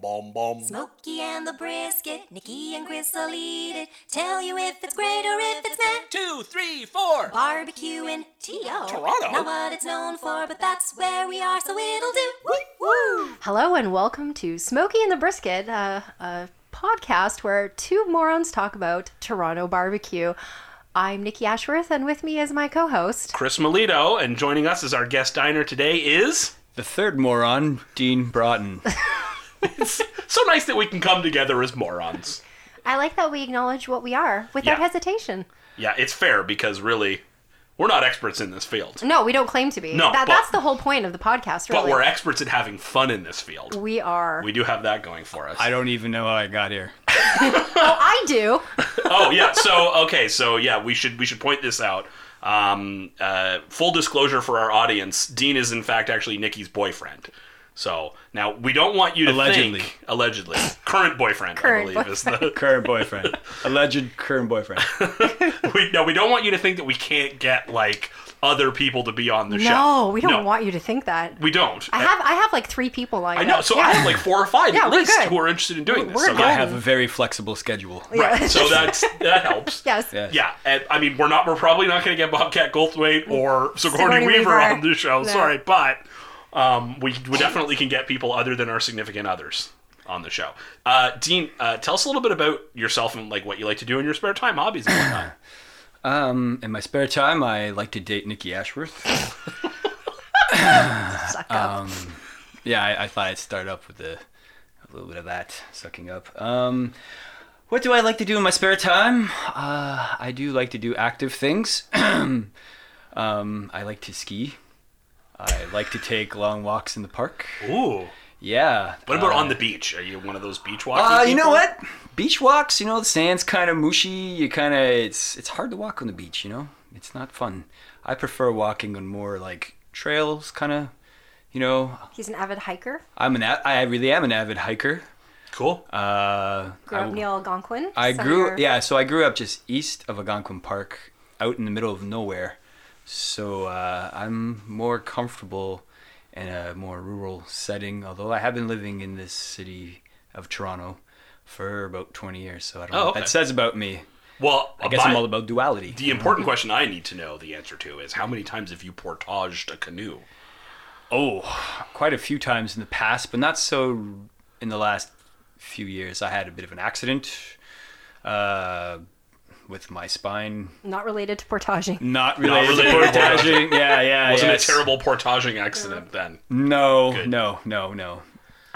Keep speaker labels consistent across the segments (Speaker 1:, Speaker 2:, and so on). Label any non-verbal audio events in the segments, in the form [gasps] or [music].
Speaker 1: bom, bom.
Speaker 2: Smokey and the brisket, Nikki and Chris will eat it. Tell you if it's great or if it's meh.
Speaker 1: Two, three, four.
Speaker 2: Barbecue in T.O.
Speaker 1: Toronto?
Speaker 2: Not what it's known for, but that's where we are, so it'll do.
Speaker 3: Hello and welcome to Smokey and the Brisket, uh, a podcast where two morons talk about Toronto barbecue. I'm Nikki Ashworth, and with me is my co-host.
Speaker 4: Chris Melito, and joining us as our guest diner today is.
Speaker 5: The third moron, Dean Broughton.
Speaker 4: It's so nice that we can come together as morons.
Speaker 3: I like that we acknowledge what we are without
Speaker 4: Yeah.
Speaker 3: hesitation.
Speaker 4: Yeah, it's fair because really, we're not experts in this field,
Speaker 3: No, we don't claim to be.
Speaker 4: No,
Speaker 3: that,
Speaker 4: but-
Speaker 3: that's the whole point of the podcast, really.
Speaker 4: but we're experts at having fun in this field.
Speaker 3: We are.
Speaker 4: We do have that going for us.
Speaker 5: I don't even know how I got here.
Speaker 3: oh, I
Speaker 4: [laughs]
Speaker 3: do.
Speaker 4: oh yeah. So okay. So yeah, we should we should point this out. Um, uh, full disclosure for our audience: Dean is in fact actually Nikki's boyfriend. So now we don't want you to
Speaker 5: Allegedly.
Speaker 4: think allegedly current boyfriend. I
Speaker 3: Current
Speaker 4: believe is the
Speaker 5: Current
Speaker 4: [laughs]
Speaker 5: boyfriend. Alleged current boyfriend.
Speaker 4: we, no, we don't want you to think that we can't get like other people to be on the show.
Speaker 3: No, we don't
Speaker 4: No,
Speaker 3: want you to think that.
Speaker 4: We don't.
Speaker 3: I have I have like three people lined
Speaker 4: I know.
Speaker 3: up.
Speaker 4: So
Speaker 3: Yeah.
Speaker 4: I have like four or five
Speaker 3: Yeah,
Speaker 4: at
Speaker 3: we're
Speaker 4: least
Speaker 3: good.
Speaker 4: who are interested in doing this.
Speaker 3: We're
Speaker 4: so
Speaker 5: I
Speaker 3: good.
Speaker 5: have a very flexible schedule.
Speaker 4: Right. So
Speaker 3: [laughs]
Speaker 4: that's that helps.
Speaker 3: [laughs] Yes.
Speaker 5: Yeah.
Speaker 4: Yeah, and, I mean, we're not. We're probably not going to get Bobcat Goldthwait or Sigourney,
Speaker 3: Sigourney
Speaker 4: Weaver,
Speaker 3: Weaver.
Speaker 4: on the show.
Speaker 3: No.
Speaker 4: Sorry, but um, we, we definitely can get people other than our significant others on the show. Uh, Dean, uh, tell us a little bit about yourself and like what you like to do in your spare time, hobbies and whatnot.
Speaker 5: Um, in my spare time, I like to date Nikki Ashworth.
Speaker 3: Suck up.
Speaker 5: Um, Yeah, I, I thought I'd start up with a, a little bit of that sucking up. Um, what do I like to do in my spare time? Uh, I do like to do active things. [clears throat] um, I like to ski. I like to take long walks in the park.
Speaker 4: Ooh.
Speaker 5: Yeah.
Speaker 4: What about
Speaker 5: uh,
Speaker 4: on the beach? Are you one of those beach walking?
Speaker 5: Uh, you know
Speaker 4: people?
Speaker 5: what? Beach walks, you know, the sand's kind of mushy. You kind of it's it's hard to walk on the beach, you know. It's not fun. I prefer walking on more like trails, kind of. You know,
Speaker 3: He's an avid hiker.
Speaker 5: I'm an a- I really am an avid hiker.
Speaker 4: Cool.
Speaker 5: Uh,
Speaker 3: Grew up
Speaker 5: I,
Speaker 3: near Algonquin.
Speaker 5: I
Speaker 3: so
Speaker 5: grew
Speaker 3: you're-
Speaker 5: yeah, so I grew up just east of Algonquin Park, out in the middle of nowhere. So uh, I'm more comfortable in a more rural setting, although I have been living in this city of Toronto for about 20 years, so I don't know
Speaker 4: Oh,
Speaker 5: what
Speaker 4: okay.
Speaker 5: that says about me.
Speaker 4: Well,
Speaker 5: I guess
Speaker 4: by-
Speaker 5: I'm all about duality.
Speaker 4: the important question I need to know the answer to is how many times have you portaged a canoe?
Speaker 5: oh, quite a few times in the past, but not so in the last few years. I had a bit of an accident uh, with my spine.
Speaker 3: not related to portaging.
Speaker 5: Not related, to
Speaker 4: related to
Speaker 5: portaging. yeah, yeah.
Speaker 4: [laughs] Wasn't
Speaker 5: Uh, yes.
Speaker 4: a terrible portaging accident then?
Speaker 5: No,
Speaker 4: Good.
Speaker 5: no, no, no.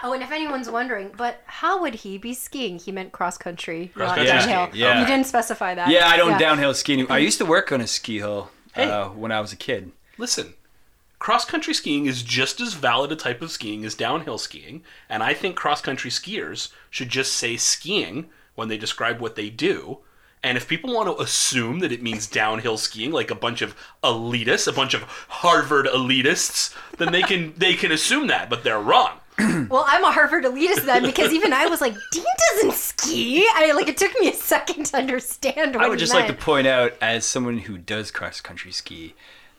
Speaker 3: Oh, and if anyone's wondering, but how would he be skiing? He meant cross country, not
Speaker 4: Cross-country
Speaker 3: downhill.
Speaker 5: skiing, yeah.
Speaker 3: You didn't specify that.
Speaker 5: Yeah, I don't downhill ski. I used to work on a ski hill
Speaker 4: Hey.
Speaker 5: uh, when I was a kid.
Speaker 4: Listen, cross country skiing is just as valid a type of skiing as downhill skiing, and I think cross country skiers should just say skiing when they describe what they do. And if people want to assume that it means downhill skiing, like a bunch of elitists, a bunch of Harvard elitists, then they can they can assume that, but they're wrong.
Speaker 3: Well, I'm a Harvard elitist then because even I was like, Dean doesn't ski. I like it took me a second to understand what
Speaker 5: I would
Speaker 3: he
Speaker 5: just like
Speaker 3: meant.
Speaker 5: to point out, as someone who does cross country ski,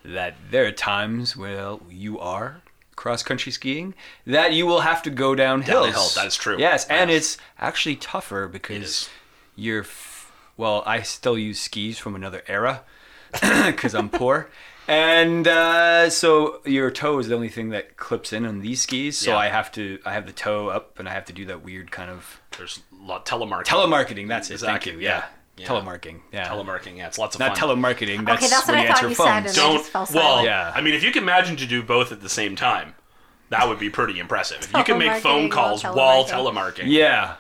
Speaker 5: that there are times where you are cross country skiing that you will have to go down
Speaker 4: Down a
Speaker 5: hills.
Speaker 4: hill, that is true.
Speaker 5: Yes, and it's actually tougher because
Speaker 4: is.
Speaker 5: you're. F- well, I still use skis from another era [coughs] because I'm poor. And uh, so your toe is the only thing that clips in on these skis. So
Speaker 4: Yeah.
Speaker 5: I have to, I have the toe up, and I have to do that weird kind of
Speaker 4: There's a lot telemarketing.
Speaker 5: telemarketing. That's it.
Speaker 4: Exactly,
Speaker 5: Thank you. Yeah.
Speaker 4: yeah.
Speaker 5: telemarketing. Yeah,
Speaker 4: telemarketing. Yeah, it's lots of
Speaker 5: not
Speaker 4: fun.
Speaker 5: telemarketing. That's,
Speaker 3: that's
Speaker 5: when
Speaker 3: what
Speaker 5: you
Speaker 3: I thought
Speaker 5: answer
Speaker 3: you said,
Speaker 5: phones.
Speaker 3: and-
Speaker 4: Don't.
Speaker 3: They just fell
Speaker 4: well,
Speaker 3: silent.
Speaker 5: Yeah.
Speaker 4: I mean, if you can imagine to do both at the same time, that would be pretty impressive. If you can make phone
Speaker 3: Telemarketing while
Speaker 4: calls while
Speaker 3: telemarketing.
Speaker 4: telemarketing,
Speaker 5: yeah,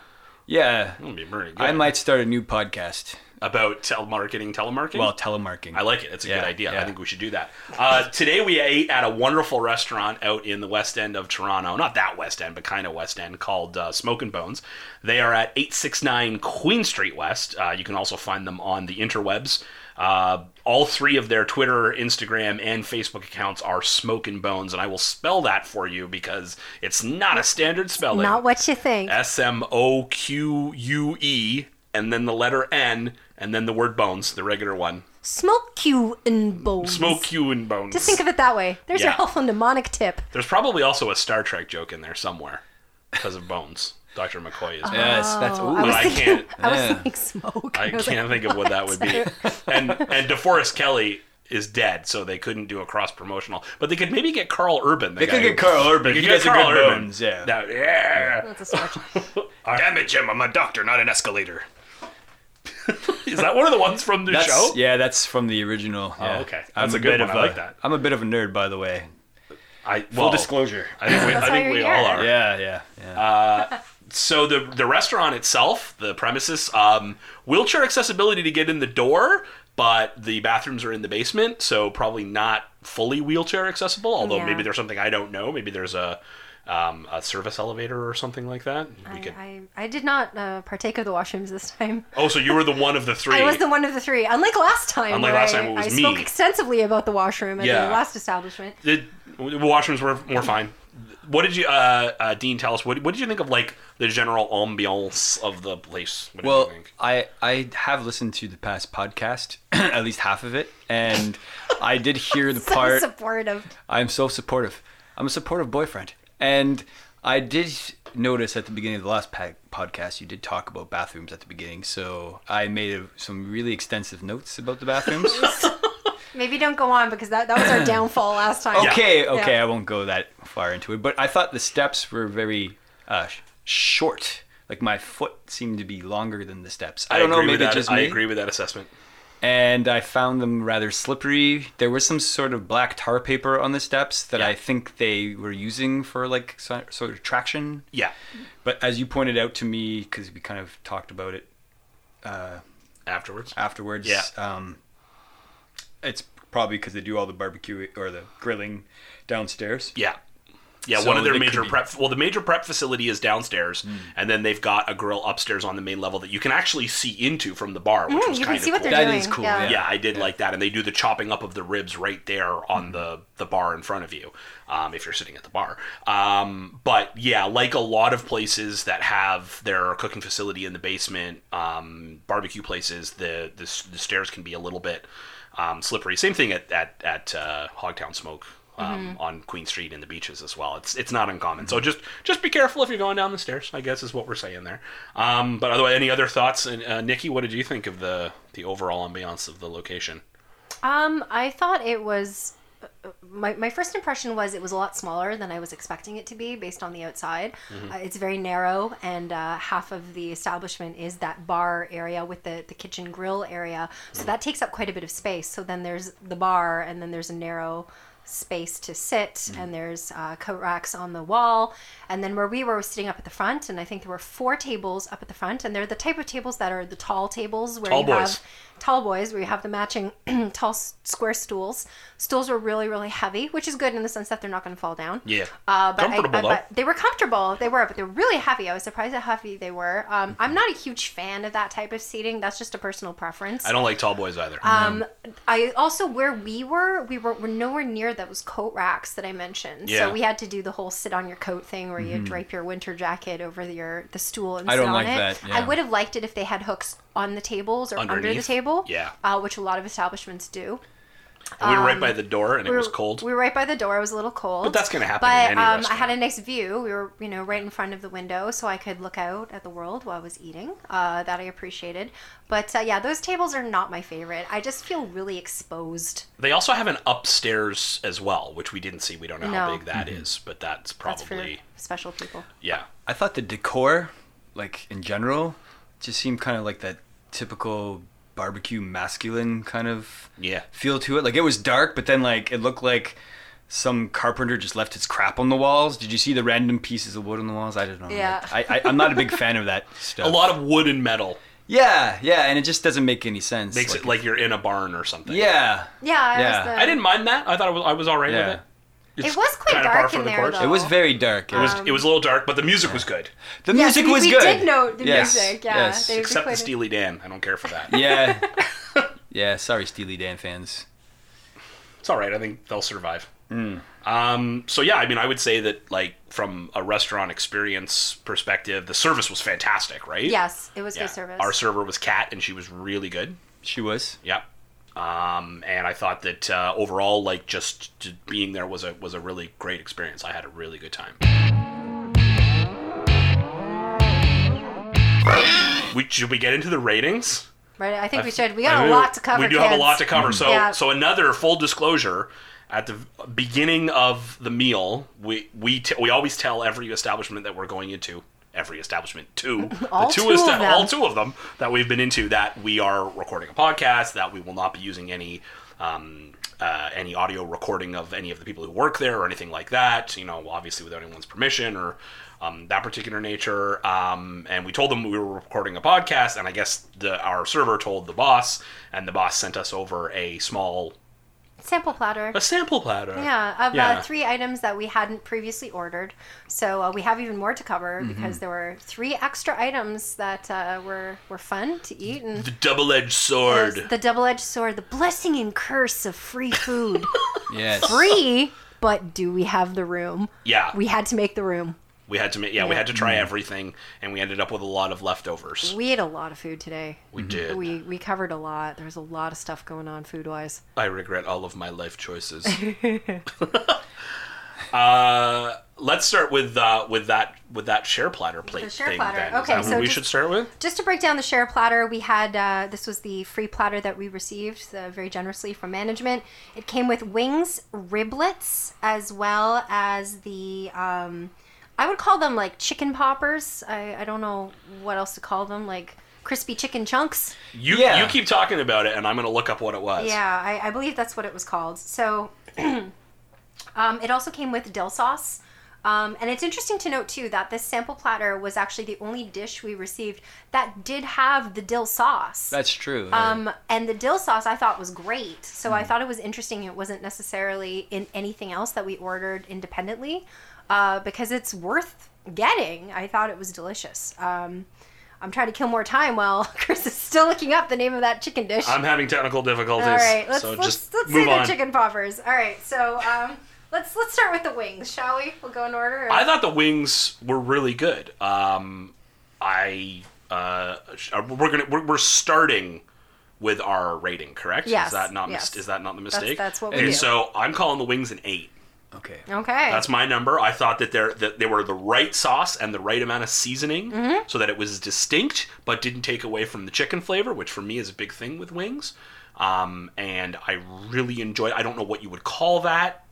Speaker 5: yeah.
Speaker 4: that'd be pretty good.
Speaker 5: I might start a new podcast.
Speaker 4: about telemarketing, telemarketing.
Speaker 5: Well, telemarketing.
Speaker 4: I like it. It's a
Speaker 5: Yeah,
Speaker 4: good idea.
Speaker 5: yeah.
Speaker 4: I think we should do that. Uh, [laughs] today we ate at a wonderful restaurant out in the West End of Toronto. Not that West End, but kind of West End called uh, Smoke and Bones. They are at 869 Queen Street West. Uh, you can also find them on the interwebs. Uh, all three of their Twitter, Instagram, and Facebook accounts are Smoke and Bones, and I will spell that for you because it's not a standard spelling.
Speaker 3: Not what you think.
Speaker 4: S M O Q U E, and then the letter N, and then the word bones, the regular one.
Speaker 3: Smoke you in bones.
Speaker 4: Smoke you and bones.
Speaker 3: Just think of it that way. There's your
Speaker 4: Yeah.
Speaker 3: helpful mnemonic tip.
Speaker 4: There's probably also a Star Trek joke in there somewhere. because of Bones. Dr. McCoy
Speaker 3: Uh-huh.
Speaker 4: is.
Speaker 5: Yes, that's ooh,
Speaker 3: Oh, I was
Speaker 4: I
Speaker 3: thinking,
Speaker 4: can't-
Speaker 3: [laughs] I was
Speaker 5: yeah.
Speaker 3: thinking smoke. [laughs]
Speaker 4: I
Speaker 3: was
Speaker 4: can't
Speaker 3: like, [laughs]
Speaker 4: think of what that would be.
Speaker 3: what?
Speaker 4: And and DeForest Kelly is dead, so they couldn't do a cross promotional. But they could maybe get Carl Urban. the
Speaker 5: They could
Speaker 4: guy
Speaker 5: get
Speaker 4: who-
Speaker 5: Carl Urban.
Speaker 4: They could
Speaker 5: He
Speaker 4: get
Speaker 5: does a
Speaker 4: Carl
Speaker 5: good
Speaker 4: Urban.
Speaker 5: Bones, yeah.
Speaker 4: That- yeah.
Speaker 3: That's
Speaker 5: [laughs]
Speaker 3: a stretch. Uh-huh.
Speaker 5: Damn it, Jim! I'm a doctor, not an escalator.
Speaker 4: [laughs] Is that one of the ones from the
Speaker 5: That's,
Speaker 4: show? Oh,
Speaker 5: Yeah, that's from the original. yeah.
Speaker 4: okay.
Speaker 5: I'm
Speaker 4: That's a good
Speaker 5: bit
Speaker 4: one.
Speaker 5: Of
Speaker 4: I
Speaker 5: a-
Speaker 4: like that.
Speaker 5: I'm a bit of a nerd, by the way.
Speaker 4: I,
Speaker 5: Full
Speaker 4: well,
Speaker 5: disclosure.
Speaker 4: I think we, I
Speaker 3: why
Speaker 4: think
Speaker 3: you're
Speaker 4: we
Speaker 3: here.
Speaker 4: all are.
Speaker 5: Yeah, yeah, yeah.
Speaker 4: Uh, So the the restaurant itself, the premises, um, wheelchair accessibility to get in the door, but the bathrooms are in the basement, so probably not fully wheelchair accessible. Although
Speaker 3: Yeah.
Speaker 4: maybe there's something I don't know. Maybe there's a um, a service elevator or something like that. We could.
Speaker 3: I, I, I did not uh, partake of the washrooms this time.
Speaker 4: Oh, so you were the one of the
Speaker 3: [laughs]
Speaker 4: three.
Speaker 3: I was the one of the three, unlike last time.
Speaker 4: Unlike
Speaker 3: where
Speaker 4: last
Speaker 3: I-
Speaker 4: time, it was
Speaker 3: I
Speaker 4: me.
Speaker 3: spoke extensively about the washroom at
Speaker 4: Yeah.
Speaker 3: the last establishment. [laughs]
Speaker 4: The washrooms were were fine. What did you, uh, uh, Dean? Tell us what what did you think of like the general ambiance of the place? What did you
Speaker 5: well,
Speaker 4: think?
Speaker 5: I I have listened to the past podcast, [clears throat] at least half of it, and I did hear the
Speaker 3: [laughs] So
Speaker 5: part.
Speaker 3: supportive.
Speaker 5: I'm so supportive. I'm a supportive boyfriend. And I did notice at the beginning of the last pa- podcast, you did talk about bathrooms at the beginning. So I made a, some really extensive notes about the bathrooms.
Speaker 3: Maybe don't go on because that, that was our downfall last time.
Speaker 5: okay,
Speaker 3: Yeah.
Speaker 5: okay, I won't go that far into it. But I thought the steps were very uh, sh- short. Like my foot seemed to be longer than the steps. I, don't know,
Speaker 4: agree
Speaker 5: maybe
Speaker 4: with that.
Speaker 5: just
Speaker 4: I
Speaker 5: me.
Speaker 4: agree with that assessment.
Speaker 5: and I found them rather slippery. There was some sort of black tar paper on the steps that I think they were using for like so- sort of traction.
Speaker 4: Yeah.
Speaker 5: But as you pointed out to me, because we kind of talked about it
Speaker 4: Afterwards.
Speaker 5: afterwards,
Speaker 4: Yeah.
Speaker 5: um, it's probably because they do all the barbecue or the grilling downstairs.
Speaker 4: Yeah. Yeah,
Speaker 5: So
Speaker 4: one of their
Speaker 5: they Hmm. could
Speaker 4: major
Speaker 5: be-
Speaker 4: prep. Well, the major prep facility is downstairs, and then they've got a grill upstairs on the main level that you can actually see into from the bar, which
Speaker 3: Mm,
Speaker 4: was
Speaker 3: you can
Speaker 4: kind of
Speaker 3: see what
Speaker 4: cool.
Speaker 3: they're
Speaker 5: That
Speaker 3: doing.
Speaker 5: is cool,
Speaker 3: Yeah.
Speaker 5: yeah. Hmm.
Speaker 4: yeah, I did like that, and they do the chopping up of the ribs right there on the the bar in front of you, um, if you're sitting at the bar. Um, but yeah, like a lot of places that have their cooking facility in the basement, um, barbecue places, the, the s- the stairs can be a little bit um, slippery. Same thing at at, at uh, Hogtown Smoke. Um,
Speaker 3: Mm-hmm.
Speaker 4: On Queen Street and the beaches as well. It's it's not uncommon. So just just be careful if you're going down the stairs. I guess is what we're saying there. Um, but otherwise, any other thoughts? And uh, Nikki, what did you think of the the overall ambiance of the location?
Speaker 3: Um, I thought it was. uh, My, my first impression was it was a lot smaller than I was expecting it to be based on the outside.
Speaker 4: Mm-hmm.
Speaker 3: Uh, it's very narrow, and uh, half of the establishment is that bar area with the, the kitchen grill area. So that takes up quite a bit of space. So then there's the bar, and then there's a narrow space to sit,
Speaker 4: Mm-hmm.
Speaker 3: and there's uh, coat racks on the wall. And then where we were was sitting up at the front, and I think there were four tables up at the front, and they're the type of tables that are the tall tables where
Speaker 4: Tall
Speaker 3: you
Speaker 4: boys.
Speaker 3: have tall boys where you have the matching [clears throat] tall s- square stools. Stools were really, really heavy, which is good in the sense that they're not going to fall down.
Speaker 4: Yeah.
Speaker 3: Uh, but I-
Speaker 4: Comfortable,
Speaker 3: I,
Speaker 4: though.
Speaker 3: but they were comfortable. They were, but they're really heavy. I was surprised how heavy they were. Um, I'm not a huge fan of that type of seating. That's just a personal preference.
Speaker 4: I don't like tall boys either.
Speaker 3: Um, I also where we were, we were, were nowhere near those coat racks that I mentioned.
Speaker 4: Yeah. Mm-hmm.
Speaker 3: So we had to do the whole sit on your coat thing, where you drape your winter jacket over the, your the stool and
Speaker 5: I
Speaker 3: sit
Speaker 5: don't
Speaker 3: on
Speaker 5: like
Speaker 3: it.
Speaker 5: that, yeah.
Speaker 3: I would have liked it if they had hooks on the tables or under the
Speaker 4: Underneath,
Speaker 3: table.
Speaker 4: yeah.
Speaker 3: uh, which a lot of establishments do.
Speaker 4: we were right by the door, and it
Speaker 3: We
Speaker 4: was
Speaker 3: um, were-
Speaker 4: cold.
Speaker 3: We were right by the door. It was a little cold.
Speaker 4: But that's gonna happen
Speaker 3: But um,
Speaker 4: in any
Speaker 3: I
Speaker 4: restaurant.
Speaker 3: had a nice view. We were, you know, right in front of the window, so I could look out at the world while I was eating. Uh, that I appreciated. But uh, yeah, those tables are not my favorite. I just feel really exposed.
Speaker 4: They also have an upstairs as well, which we didn't see. We don't know how
Speaker 3: No.
Speaker 4: big that is, but
Speaker 3: That's
Speaker 4: that's probably
Speaker 3: for special people.
Speaker 4: yeah.
Speaker 5: I thought the decor, like in general, just seemed kind of like that typical barbecue masculine kind of
Speaker 4: Yeah.
Speaker 5: feel to it. Like it was dark, but then like it looked like some carpenter just left his crap on the walls. Did you see the random pieces of wood on the walls? I don't know.
Speaker 3: Yeah.
Speaker 5: I, I, I'm not a big fan of that stuff.
Speaker 4: [laughs] A lot of wood and metal
Speaker 5: Yeah, yeah, and it just doesn't make any sense.
Speaker 4: makes it like you're in a barn or something.
Speaker 5: yeah.
Speaker 3: Yeah, I
Speaker 5: Yeah.
Speaker 3: was the,
Speaker 4: I didn't mind that. I thought I was, I was all right
Speaker 5: Yeah.
Speaker 4: with it. It's
Speaker 3: It was quite
Speaker 4: kinda par
Speaker 3: dark
Speaker 4: for
Speaker 3: in
Speaker 4: the
Speaker 3: there,
Speaker 4: course.
Speaker 3: though.
Speaker 5: It was very dark. It was
Speaker 4: It was a little dark, but the music was good.
Speaker 5: the
Speaker 3: Oh. Um, Yeah,
Speaker 5: music
Speaker 3: we,
Speaker 5: was
Speaker 3: we
Speaker 5: good.
Speaker 3: did note the
Speaker 5: Yes,
Speaker 3: music. Yeah,
Speaker 5: yes.
Speaker 3: they- they
Speaker 4: Except the
Speaker 3: played-
Speaker 4: Steely Dan. I don't care for that.
Speaker 3: [laughs]
Speaker 5: Yeah. yeah, sorry Steely Dan fans.
Speaker 4: it's all right. I think they'll survive. Um, so yeah, I mean, I would say that like from a restaurant experience perspective, the service was fantastic, right?
Speaker 3: Yes, it was
Speaker 4: Yeah.
Speaker 3: good service.
Speaker 4: Our server was Kat, and she was really good.
Speaker 5: She was.
Speaker 4: Yep. Um, and I thought that uh, overall, like just j- being there was a was a really great experience. I had a really good time. we, should we get into the ratings?
Speaker 3: Right? I think we should. We got
Speaker 4: I
Speaker 3: a
Speaker 4: mean,
Speaker 3: lot to cover.
Speaker 4: We do have a
Speaker 3: kids.
Speaker 4: lot to cover. So,
Speaker 3: Yeah.
Speaker 4: so another full disclosure. At the beginning of the meal, we we t- we always tell every establishment that we're going into, every establishment two,
Speaker 3: All
Speaker 4: the
Speaker 3: two of
Speaker 4: esta-
Speaker 3: them.
Speaker 4: all two of them that we've been into that we are recording a podcast, that we will not be using any um, uh, any audio recording of any of the people who work there or anything like that. You know, obviously without anyone's permission or um, that particular nature. Um, and we told them we were recording a podcast, and I guess the, our server told the boss, and the boss sent us over a small
Speaker 3: Sample platter.
Speaker 4: a sample platter.
Speaker 3: Yeah, of
Speaker 4: Yeah.
Speaker 3: Uh, three items that we hadn't previously ordered. So uh, we have even more to cover
Speaker 4: Mm-hmm.
Speaker 3: because there were three extra items that uh, were were fun to eat and.
Speaker 4: The double-edged
Speaker 3: there's
Speaker 4: sword.
Speaker 3: The double-edged sword, the blessing and curse of free
Speaker 4: [laughs]
Speaker 3: food.
Speaker 5: Yes.
Speaker 3: free, but do we have the room?
Speaker 4: Yeah,
Speaker 3: We had to make the room.
Speaker 4: we had to. ma- Yeah, we had to try everything, and we ended up with a lot of leftovers.
Speaker 3: We ate a lot of food today.
Speaker 4: We did.
Speaker 3: We we covered a lot. There's a lot of stuff going on food wise.
Speaker 4: I regret all of my life choices. uh, let's start with uh, with that with that share platter plate
Speaker 3: share
Speaker 4: thing.
Speaker 3: platter.
Speaker 4: Then. Is
Speaker 3: Okay,
Speaker 4: that what
Speaker 3: so
Speaker 4: we
Speaker 3: just-
Speaker 4: should start with.
Speaker 3: Just to break down the share platter, we had uh, this was the free platter that we received uh, very generously from management. It came with wings, riblets, as well as the um, I would call them like chicken poppers. I, I don't know what else to call them, like crispy chicken chunks.
Speaker 4: You
Speaker 5: Yeah.
Speaker 4: you keep talking about it, and I'm going to look up what it was.
Speaker 3: Yeah, I, I believe that's what it was called. So [clears throat] um, it also came with dill sauce. Um, and it's interesting to note too that this sample platter was actually the only dish we received that did have the dill sauce.
Speaker 5: That's true.
Speaker 3: um, and the dill sauce I thought was great, so
Speaker 4: Mm.
Speaker 3: I thought it was interesting. It wasn't necessarily in anything else that we ordered independently, uh, because it's worth getting. I thought it was delicious. Um, I'm trying to kill more time while [laughs] Chris is still looking up the name of that chicken dish.
Speaker 4: I'm having technical difficulties.
Speaker 3: All right, let's
Speaker 4: so
Speaker 3: let's,
Speaker 4: just
Speaker 3: let's
Speaker 4: move
Speaker 3: say
Speaker 4: on.
Speaker 3: the chicken poppers. All right, so um, let's let's start with the wings, shall we? We'll go in order.
Speaker 4: I thought the wings were really good. Um, I uh, sh- uh, we're gonna we're, we're starting with our rating, correct?
Speaker 3: Yes,
Speaker 4: Is that not
Speaker 3: yes.
Speaker 4: mis- is that not the
Speaker 3: that's,
Speaker 4: mistake?
Speaker 3: that's what we
Speaker 4: and
Speaker 3: do.
Speaker 4: so I'm calling the wings an eight.
Speaker 5: okay.
Speaker 3: okay,
Speaker 4: That's my number. I thought that they're that they were the right sauce and the right amount of seasoning, so that it was distinct but didn't take away from the chicken flavor, which for me is a big thing with wings. Um, and I really enjoy. I don't know what you would call that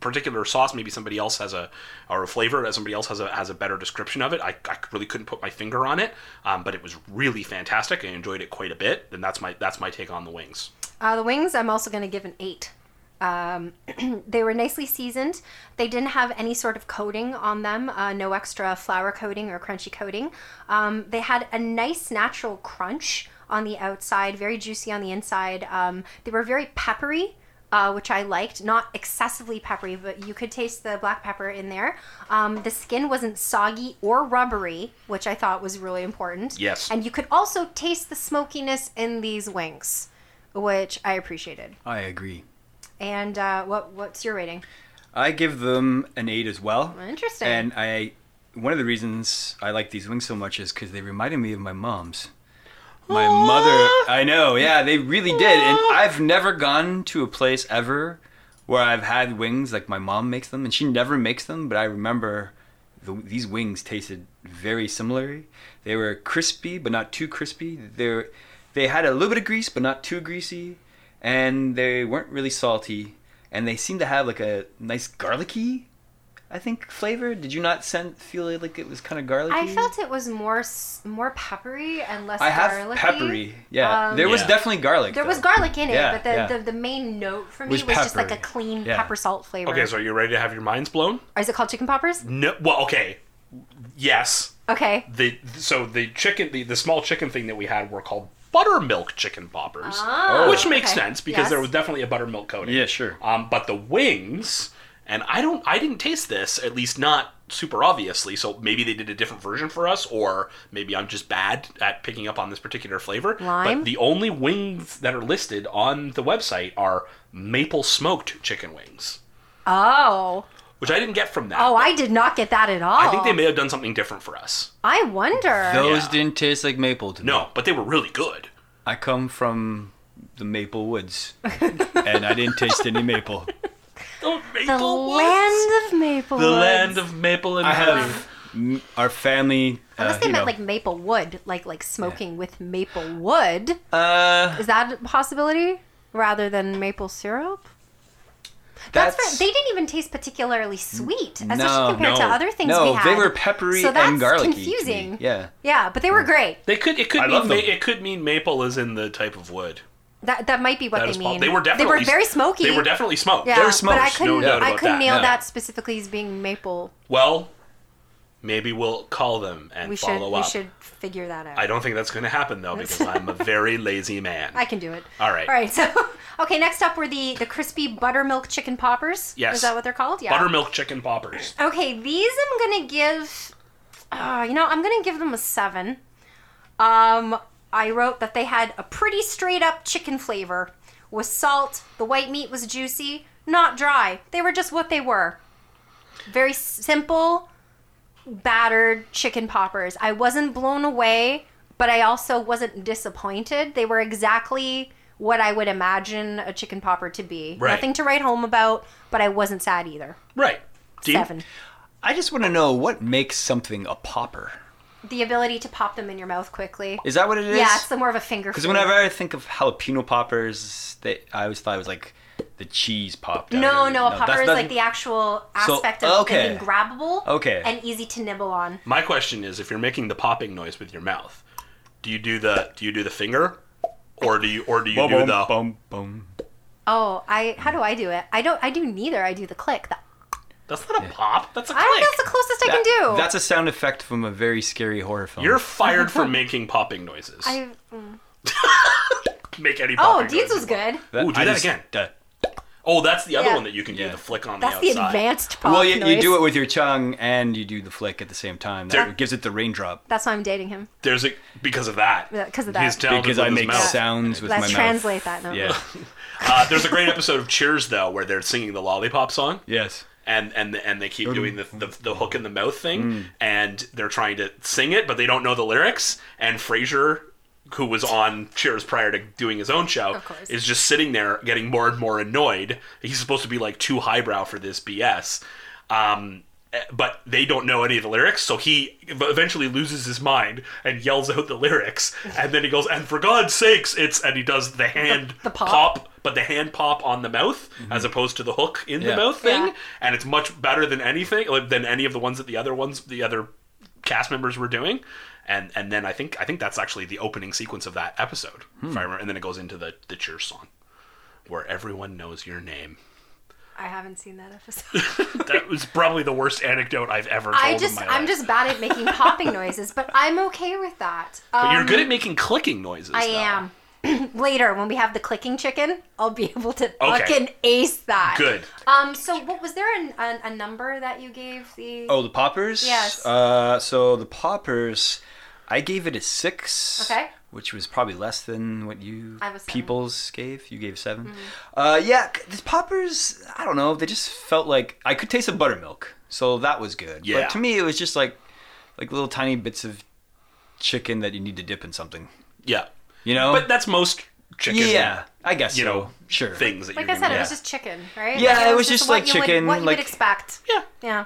Speaker 4: particular sauce. Maybe somebody else has a or a flavor that somebody else has a has a better description of it. I, I really couldn't put my finger on it, um, but it was really fantastic. I enjoyed it quite a bit. And that's my that's my take on the wings.
Speaker 3: Uh, the wings, I'm also going to give an eight. Um, [clears throat] they were nicely seasoned. They didn't have any sort of coating on them, uh, no extra flour coating or crunchy coating. Um, they had a nice natural crunch on the outside, very juicy on the inside. Um, they were very peppery. Uh, which I liked, not excessively peppery, but you could taste the black pepper in there. Um, the skin wasn't soggy or rubbery, which I thought was really important.
Speaker 4: Yes.
Speaker 3: And you could also taste the smokiness in these wings which I appreciated.
Speaker 5: I agree.
Speaker 3: And uh, what what's your rating?
Speaker 5: I give them an eight as well.
Speaker 3: Interesting.
Speaker 5: And I, one of the reasons I like these wings so much is because they reminded me of my mom's. My mother, I know, yeah, they really did. And I've never gone to a place ever where I've had wings like my mom makes them, and she never makes them. But I remember the, these wings tasted very similar. They were crispy, but not too crispy. They were, they had a little bit of grease, but not too greasy, and they weren't really salty. And they seemed to have like a nice garlicky I think flavor. Did you not sen feel it like it was kind of garlicky?
Speaker 3: I felt it was more s- more peppery and less
Speaker 5: I have
Speaker 3: garlicky.
Speaker 5: peppery. Yeah,
Speaker 3: Um,
Speaker 5: there was
Speaker 4: Yeah.
Speaker 5: definitely garlic.
Speaker 3: There was
Speaker 5: though.
Speaker 3: garlic in it,
Speaker 5: Yeah,
Speaker 3: but the,
Speaker 5: yeah.
Speaker 3: the, the main note for me was,
Speaker 5: Was
Speaker 3: just like a
Speaker 5: peppery.
Speaker 3: clean
Speaker 5: Yeah.
Speaker 3: pepper salt flavor.
Speaker 4: Okay, so are you ready to have your minds blown?
Speaker 3: Is it called chicken poppers?
Speaker 4: No. Well, okay. Yes.
Speaker 3: Okay.
Speaker 4: the so the chicken the, the small chicken thing that we had were called buttermilk chicken poppers
Speaker 3: Ah,
Speaker 4: which makes
Speaker 3: okay.
Speaker 4: sense because
Speaker 3: Yes.
Speaker 4: there was definitely a buttermilk coating
Speaker 5: Yeah, sure.
Speaker 4: um, but the wings and i don't i didn't taste this at least not super obviously so maybe they did a different version for us or maybe i'm just bad at picking up on this particular flavor
Speaker 3: Lime?
Speaker 4: but the only wings that are listed on the website are maple smoked chicken wings
Speaker 3: Oh.
Speaker 4: which i didn't get from that
Speaker 3: Oh, I did not get that at all.
Speaker 4: I think they may have done something different for us
Speaker 3: I wonder.
Speaker 5: Those
Speaker 4: Yeah.
Speaker 5: didn't taste like maple to me.
Speaker 4: no but they were really good
Speaker 5: I come from the maple
Speaker 3: [laughs]
Speaker 5: woods, and I didn't taste any maple.
Speaker 4: Oh,
Speaker 3: the
Speaker 4: maple woods.
Speaker 3: land of maple.
Speaker 4: The
Speaker 3: woods.
Speaker 4: land of maple and
Speaker 5: I
Speaker 4: honey.
Speaker 5: have m- our family.
Speaker 3: Unless
Speaker 5: uh,
Speaker 3: they
Speaker 5: you
Speaker 3: meant
Speaker 5: know,
Speaker 3: like maple wood, like like smoking with maple wood.
Speaker 5: Uh,
Speaker 3: Is that a possibility rather than maple syrup?
Speaker 5: that's,
Speaker 3: fair. They didn't even taste particularly sweet, especially
Speaker 5: No.
Speaker 3: compared to
Speaker 4: No.
Speaker 3: other things
Speaker 5: no,
Speaker 3: we had.
Speaker 5: they were peppery
Speaker 3: so that's
Speaker 5: and garlicky. to me.
Speaker 3: confusing.
Speaker 5: Yeah.
Speaker 3: Yeah, but they were great.
Speaker 4: They could it could
Speaker 5: I love
Speaker 4: mean ma-
Speaker 5: them.
Speaker 4: it could mean maple is in the type of wood.
Speaker 3: That that might be what
Speaker 4: That
Speaker 3: they
Speaker 4: is po-
Speaker 3: mean.
Speaker 4: They were definitely
Speaker 3: very smoky.
Speaker 4: They were definitely smoked.
Speaker 3: yeah,
Speaker 5: they were smoked,
Speaker 3: But I
Speaker 5: no
Speaker 3: couldn't
Speaker 4: doubt
Speaker 3: I
Speaker 4: about
Speaker 3: couldn't
Speaker 4: that.
Speaker 3: nail
Speaker 5: No.
Speaker 3: that specifically as being maple.
Speaker 4: Well, maybe we'll call them and
Speaker 3: We should
Speaker 4: follow
Speaker 3: we
Speaker 4: up.
Speaker 3: should figure that out.
Speaker 4: I don't think that's going to happen though because I'm a very lazy man.
Speaker 3: I can do it.
Speaker 4: All right.
Speaker 3: All right. So, [laughs] okay. Next up were the the crispy buttermilk chicken poppers.
Speaker 4: Yes.
Speaker 3: Is that what they're called? Yeah.
Speaker 4: Buttermilk chicken poppers.
Speaker 3: Okay. These I'm gonna give. Uh, you know, I'm gonna give them a seven. Um, I wrote that they had a pretty straight up chicken flavor with salt. The white meat was juicy, not dry. They were just what they were. Very s- simple, battered chicken poppers. I wasn't blown away, but I also wasn't disappointed. They were exactly what I would imagine a chicken popper to be.
Speaker 4: Right.
Speaker 3: Nothing to write home about, but I wasn't sad either.
Speaker 4: Right. Dean?
Speaker 3: Seven.
Speaker 5: I just want to know what makes something a popper.
Speaker 3: The ability to pop them in your mouth quickly.
Speaker 5: Is that what it is?
Speaker 3: yeah, it's the more of a finger.
Speaker 5: Because
Speaker 3: food.
Speaker 5: whenever I think of jalapeno poppers, they, I always thought it was like the cheese popped out.
Speaker 3: No,
Speaker 5: of it.
Speaker 3: no, a popper
Speaker 5: that's-
Speaker 3: is
Speaker 5: that's-
Speaker 3: like the actual
Speaker 5: So,
Speaker 3: aspect of
Speaker 5: okay.
Speaker 3: it being grabbable
Speaker 5: Okay.
Speaker 3: and easy to nibble on.
Speaker 4: My question is if you're making the popping noise with your mouth, do you do the do you do the finger or do you or do you
Speaker 5: Boom,
Speaker 4: do
Speaker 5: boom,
Speaker 4: the
Speaker 5: boom, boom.
Speaker 3: Oh, I how do I do it? I don't I do neither. I do the click. The-
Speaker 4: That's not a pop. That's a
Speaker 3: I don't know
Speaker 4: click.
Speaker 3: if that's the closest I
Speaker 5: That-
Speaker 3: can do.
Speaker 5: That's a sound effect from a very scary horror film.
Speaker 4: You're
Speaker 3: [laughs]
Speaker 4: fired for making popping noises.
Speaker 3: Oh. I,
Speaker 4: Make any
Speaker 3: oh,
Speaker 4: popping noises.
Speaker 3: Deeds was good.
Speaker 4: Ooh, do that again. Oh, that's the other
Speaker 3: Yeah.
Speaker 4: one that you can do
Speaker 5: Yeah.
Speaker 4: the flick on
Speaker 3: That's
Speaker 4: the
Speaker 3: the
Speaker 4: outside.
Speaker 3: advanced pop
Speaker 5: well, you,
Speaker 3: noise.
Speaker 5: you do it with your tongue and you do the flick at the same time. That
Speaker 4: There-
Speaker 5: gives it the raindrop.
Speaker 3: That's why I'm dating him.
Speaker 4: There's a because of that.
Speaker 3: Yeah, 'cause of that.
Speaker 4: He's talented
Speaker 5: Because
Speaker 4: with
Speaker 5: I
Speaker 4: his
Speaker 5: make
Speaker 4: mouth.
Speaker 5: sounds with
Speaker 3: Let's
Speaker 5: my
Speaker 3: translate that now.
Speaker 5: mouth.
Speaker 4: [laughs]
Speaker 5: Yeah.
Speaker 4: Uh, there's a great episode of Cheers though where they're singing the lollipop song.
Speaker 5: yes.
Speaker 4: And, and and they keep doing the, the, the hook in the mouth thing, and they're trying to sing it, but they don't know the lyrics. And Frasier, who was on Cheers prior to doing his own show,
Speaker 3: Of course.
Speaker 4: is just sitting there getting more and more annoyed. He's supposed to be like too highbrow for this BS, um, eh, but they don't know any of the lyrics, so he ev- eventually loses his mind and yells out the lyrics, and then he goes, "And for God's sakes, it's!" And he does the hand
Speaker 3: the pop.
Speaker 4: but the hand pop on the mouth as opposed to the hook in
Speaker 5: Yeah.
Speaker 4: the mouth thing,
Speaker 3: Yeah.
Speaker 4: and it's much better than anything like, than any of the ones that the other ones the other cast members were doing. And, and then I think I think that's actually the opening sequence of that episode,
Speaker 3: Hmm.
Speaker 4: if I remember. And then it goes into the the cheers song, where everyone knows your name.
Speaker 3: I haven't seen that episode.
Speaker 5: [laughs]
Speaker 4: That was probably the worst anecdote I've ever told
Speaker 3: I
Speaker 4: in
Speaker 3: just
Speaker 4: my
Speaker 3: I'm
Speaker 4: life.
Speaker 3: just bad at making popping [laughs] noises, but I'm okay with that. Um,
Speaker 4: But you're good at making clicking noises.
Speaker 3: I
Speaker 4: though.
Speaker 3: am. [clears throat] Later, when we have the clicking chicken, I'll be able to fucking ace that.
Speaker 4: Good.
Speaker 3: Um. So, what was there an, an, a number that you gave the?
Speaker 5: Oh, the poppers?
Speaker 3: Yes.
Speaker 5: Uh, so the poppers, I gave it a six.
Speaker 3: Okay.
Speaker 5: Which was probably less than what you
Speaker 3: I was seven. Mm-hmm.
Speaker 5: peoples gave. You gave 7 Uh, yeah, c- the poppers, I don't know. They just felt like I could taste the buttermilk. So that was good.
Speaker 4: Yeah.
Speaker 5: But to me, it was just like like little tiny bits of chicken that you need to dip in something.
Speaker 4: Yeah,
Speaker 5: You know?
Speaker 4: but that's most chicken.
Speaker 5: yeah, I guess
Speaker 4: you
Speaker 5: so.
Speaker 4: know
Speaker 5: Sure.
Speaker 4: things that
Speaker 3: like
Speaker 4: you're
Speaker 3: I said,
Speaker 4: gonna
Speaker 3: it
Speaker 5: yeah.
Speaker 3: was just chicken, right?
Speaker 5: Yeah, it was just
Speaker 3: what
Speaker 5: like
Speaker 3: you would-
Speaker 5: chicken,
Speaker 3: what you
Speaker 5: like-
Speaker 3: would expect.
Speaker 4: Yeah.
Speaker 3: Yeah.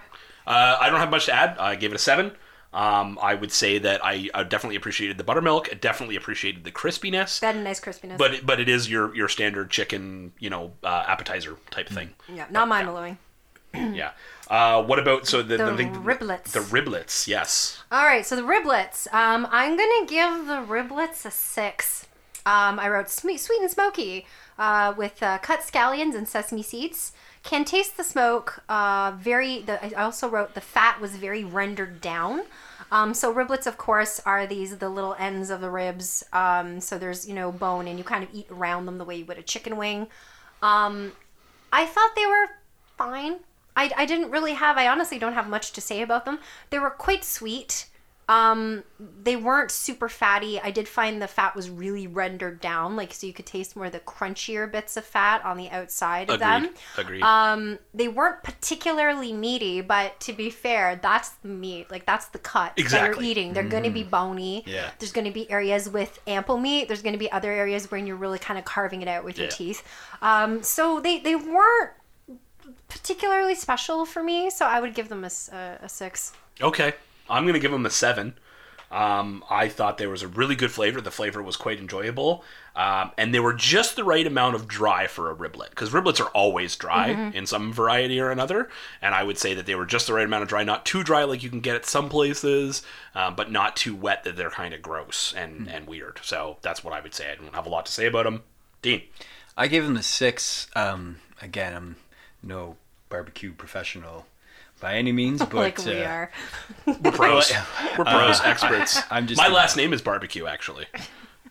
Speaker 4: Uh, I don't have much to add. I gave it a seven. Um, I would say that I, I definitely appreciated the buttermilk. I definitely appreciated the crispiness.
Speaker 3: That had a nice crispiness.
Speaker 4: but it, but it is your your standard chicken, you know, uh, appetizer type thing.
Speaker 3: yeah,
Speaker 5: uh,
Speaker 3: not mind blowing.
Speaker 4: Yeah. Uh, what about so the
Speaker 3: Mm-hmm. The
Speaker 4: the, thing-
Speaker 3: riblets.
Speaker 4: The riblets, yes.
Speaker 3: All right, so the riblets. Um, I'm gonna give the riblets a six. Um, I wrote sweet, sweet and smoky uh, with uh, cut scallions and sesame seeds. Can taste the smoke. Uh, very. The, I also wrote the fat was very rendered down. Um, so riblets, of course, are these the little ends of the ribs. Um, so there's you know bone, and you kind of eat around them the way you would a chicken wing. Um, I thought they were fine. I, I didn't really have, I honestly don't have much to say about them. They were quite sweet. Um, they weren't super fatty. I did find the fat was really rendered down, like, so you could taste more of the crunchier bits of fat on the outside of them.
Speaker 4: Agreed. Agreed.
Speaker 3: Um, they weren't particularly meaty, but to be fair, that's the meat. Like that's the cut that
Speaker 4: Exactly. Mm-hmm.
Speaker 3: you're eating. They're going to be bony.
Speaker 5: Yeah.
Speaker 3: There's going to be areas with ample meat. There's going to be other areas where you're really kind of carving it out with your
Speaker 4: Yeah.
Speaker 3: teeth. Um, so they they weren't particularly special for me. So I would give them a, s- a- a six.
Speaker 4: okay. I'm going to give them a seven. Um, I thought there was a really good flavor. The flavor was quite enjoyable. Um, and they were just the right amount of dry for a riblet because riblets are always dry in some variety or another. And I would say that they were just the right amount of dry, not too dry like you can get at some places, um, but not too wet that they're kind of gross and, and weird. So that's what I would say. I don't have a lot to say about them. Dean.
Speaker 5: I gave him a six. Um, again, I'm no barbecue professional by any means, but
Speaker 3: [laughs] like we
Speaker 5: uh,
Speaker 3: are.
Speaker 4: We're
Speaker 5: [laughs]
Speaker 4: pros. We're pros, experts.
Speaker 5: I'm just
Speaker 4: My
Speaker 5: a-
Speaker 4: last name is barbecue, actually.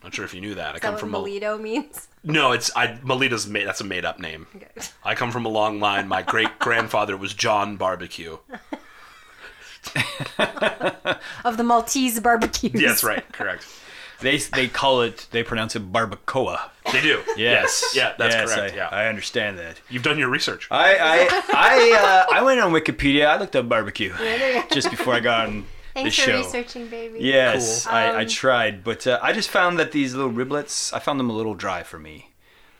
Speaker 4: Not sure if you knew
Speaker 3: Is
Speaker 4: that. I
Speaker 3: that
Speaker 4: come
Speaker 3: what
Speaker 4: from a,
Speaker 3: Melito means?
Speaker 4: no. It's I Melita's made. That's a made up name.
Speaker 3: Okay.
Speaker 4: I come from a long line. My great grandfather was John Barbecue.
Speaker 3: Of the Maltese barbecues.
Speaker 4: Yes, right. Correct.
Speaker 5: they they call it they pronounce it barbacoa.
Speaker 4: They do.
Speaker 5: Yes,
Speaker 4: [laughs] Yeah, that's
Speaker 5: Yes,
Speaker 4: correct.
Speaker 5: I,
Speaker 4: yeah.
Speaker 5: I Uh, understand that.
Speaker 4: You've done your research.
Speaker 5: I I I, uh, I went on Wikipedia. I looked up
Speaker 3: [laughs]
Speaker 5: barbecue just before I got on
Speaker 3: [laughs] Thanks
Speaker 5: this
Speaker 3: for
Speaker 5: show.
Speaker 3: researching, Um, baby.
Speaker 5: Yes,
Speaker 4: Cool.
Speaker 5: I, I tried, but uh, I just found that these little riblets, I found them a little dry for me.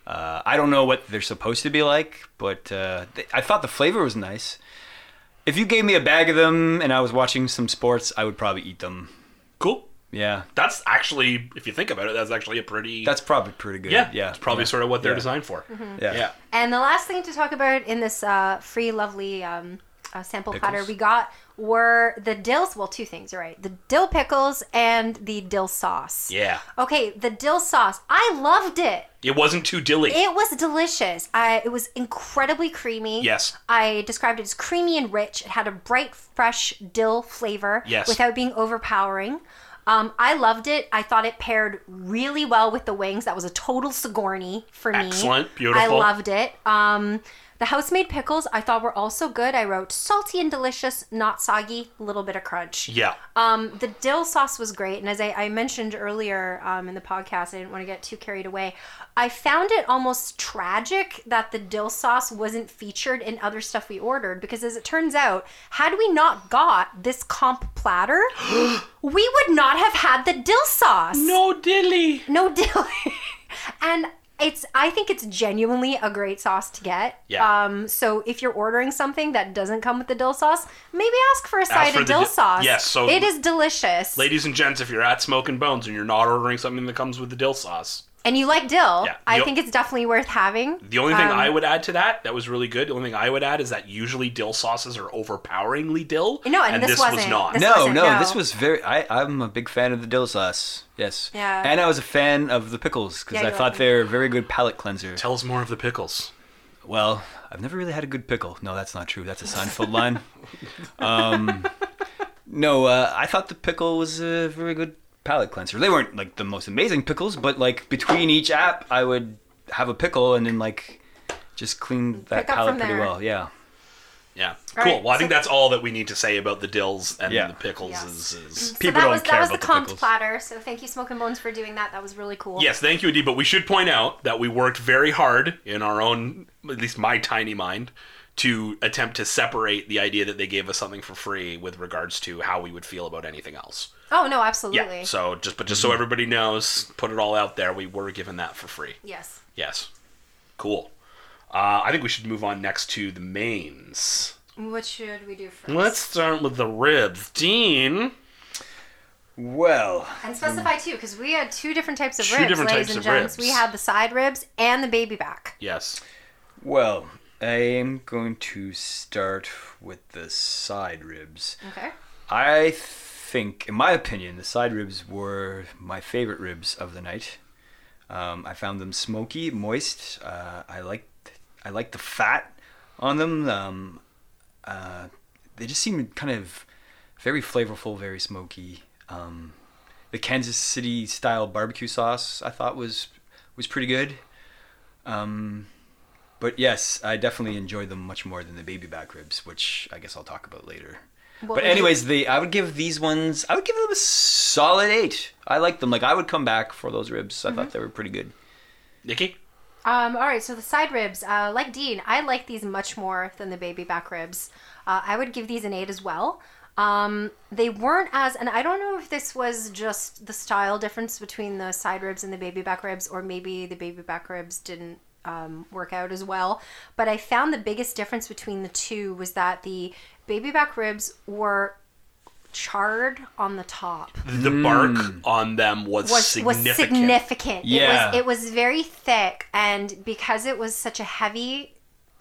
Speaker 5: Uh, I don't know what they're supposed to be like, but uh, th- I thought the flavor was nice. If you gave me a bag of them and I was watching some sports, I would probably eat them.
Speaker 4: Cool.
Speaker 5: Yeah,
Speaker 4: That's actually, if you think about it, that's actually a pretty.
Speaker 5: that's probably pretty good.
Speaker 4: yeah,
Speaker 5: yeah,
Speaker 4: It's probably
Speaker 5: yeah,
Speaker 4: sort of what they're
Speaker 5: yeah,
Speaker 4: designed for.
Speaker 3: Mm-hmm.
Speaker 5: Yeah.
Speaker 4: Yeah.
Speaker 3: And the last thing to talk about in this uh, free, lovely um, uh, sample platter
Speaker 5: Pickles.
Speaker 3: we got were the dills. Well, two things, you're right. The dill pickles and the dill sauce.
Speaker 4: Yeah.
Speaker 3: Okay, the dill sauce. I loved it.
Speaker 4: It wasn't too dilly.
Speaker 3: It was delicious. I, it was incredibly creamy.
Speaker 4: Yes.
Speaker 3: I described it as creamy and rich. It had a bright, fresh dill flavor
Speaker 4: Yes.
Speaker 3: without being overpowering. Um, I loved it. I thought it paired really well with the wings. That was a total Sigourney for me.
Speaker 4: Excellent. Beautiful.
Speaker 3: I loved it. Um, the house-made pickles I thought were also good. I wrote salty and delicious, not soggy, little bit of crunch.
Speaker 4: yeah.
Speaker 3: Um, the dill sauce was great, and as I, I mentioned earlier um, in the podcast, I didn't want to get too carried away. I found it almost tragic that the dill sauce wasn't featured in other stuff we ordered because, as it turns out, had we not got this comp platter, [gasps] we would not have had the dill sauce.
Speaker 4: no dilly.
Speaker 3: no [laughs] dill. and it's I think it's genuinely a great sauce to get.
Speaker 4: Yeah.
Speaker 3: Um, so if you're ordering something that doesn't come with the dill sauce, maybe ask for a side
Speaker 4: for
Speaker 3: of
Speaker 4: the
Speaker 3: dill
Speaker 4: di-
Speaker 3: sauce.
Speaker 4: Yes, so-
Speaker 3: it is delicious.
Speaker 4: Ladies and gents, if you're at Smoking Bones and you're not ordering something that comes with the dill sauce,
Speaker 3: and you like dill,
Speaker 4: Yeah.
Speaker 3: I
Speaker 4: Yep.
Speaker 3: think it's definitely worth having.
Speaker 4: The only thing
Speaker 3: Um,
Speaker 4: I would add to that that was really good. The only thing I would add is that usually dill sauces are overpoweringly dill.
Speaker 3: No, and this
Speaker 4: was
Speaker 3: wasn't.
Speaker 4: not.
Speaker 3: This-
Speaker 5: No,
Speaker 3: wasn't-
Speaker 5: no,
Speaker 3: no.
Speaker 5: this was very. I, I'm a big fan of the dill sauce. Yes.
Speaker 3: Yeah.
Speaker 5: And I was a fan of the pickles because
Speaker 3: Yeah,
Speaker 5: I
Speaker 3: you
Speaker 5: thought
Speaker 3: are.
Speaker 5: they're a very good palate cleanser.
Speaker 4: Tell us more of the pickles.
Speaker 5: Well, I've never really had a good pickle. No, that's not true. That's a Seinfeld
Speaker 3: [laughs]
Speaker 5: line. Um, no, uh, I thought the pickle was a very good palate cleanser. They weren't like the most amazing pickles, but like between each app, I would have a pickle and then like just clean that
Speaker 3: Pick up
Speaker 5: palate
Speaker 3: from
Speaker 5: pretty
Speaker 3: there.
Speaker 5: well. Yeah.
Speaker 4: Yeah,
Speaker 3: All
Speaker 4: cool.
Speaker 3: right,
Speaker 4: well, I think
Speaker 3: so-
Speaker 4: that's all that we need to say about the dills and
Speaker 5: Yeah.
Speaker 4: the pickles.
Speaker 3: Yes. Mm-hmm.
Speaker 4: Is, is...
Speaker 5: People
Speaker 3: so that
Speaker 5: don't
Speaker 3: was
Speaker 5: care
Speaker 3: that was
Speaker 5: about
Speaker 3: the
Speaker 5: the
Speaker 3: comped
Speaker 5: pickles.
Speaker 3: platter. So thank you, Smoke and Bones, for doing that. That was really cool.
Speaker 4: Yes, thank you, indeed. But we should point out that we worked very hard in our own, at least my tiny mind, to attempt to separate the idea that they gave us something for free with regards to how we would feel about anything else.
Speaker 3: Oh no, absolutely.
Speaker 4: Yeah. So just, but just so everybody knows, put it all out there. We were given that for free.
Speaker 3: yes.
Speaker 4: Yes. Cool. Uh, I think we should move on next to the mains.
Speaker 3: What should we do first?
Speaker 4: Let's start with the ribs. Dean,
Speaker 5: Well,
Speaker 3: And specify too, because we had two different types of
Speaker 4: Two
Speaker 3: ribs,
Speaker 4: different
Speaker 3: ladies
Speaker 4: types
Speaker 3: and
Speaker 4: of
Speaker 3: gents. We
Speaker 4: ribs.
Speaker 3: had the side ribs and the baby back.
Speaker 4: yes.
Speaker 5: well, I am going to start with the side ribs.
Speaker 3: Okay.
Speaker 5: I think, in my opinion, the side ribs were my favorite ribs of the night. Um, I found them smoky, moist. Uh, I liked, I liked the fat on them. Um, uh, they just seemed kind of very flavorful, very smoky. Um, the Kansas City style barbecue sauce I thought was was pretty good. Um, but yes, I definitely enjoyed them much more than the baby back ribs, which I guess I'll talk about later.
Speaker 3: What
Speaker 5: but
Speaker 3: would you-
Speaker 5: anyways, the I would give these ones I would give them a solid eight. I like them. Like I would come back for those ribs. I
Speaker 3: Mm-hmm.
Speaker 5: thought they were pretty good.
Speaker 4: Nikki?
Speaker 3: Um, all right, so the side ribs, uh, like Dean, I like these much more than the baby back ribs. Uh, I would give these an eight as well. Um, they weren't as, and I don't know if this was just the style difference between the side ribs and the baby back ribs, or maybe the baby back ribs didn't um, work out as well. But I found the biggest difference between the two was that the baby back ribs were charred on the top.
Speaker 4: The bark on them was,
Speaker 3: was
Speaker 4: significant.
Speaker 3: was significant.
Speaker 5: Yeah.
Speaker 3: It was it was very thick and because it was such a heavy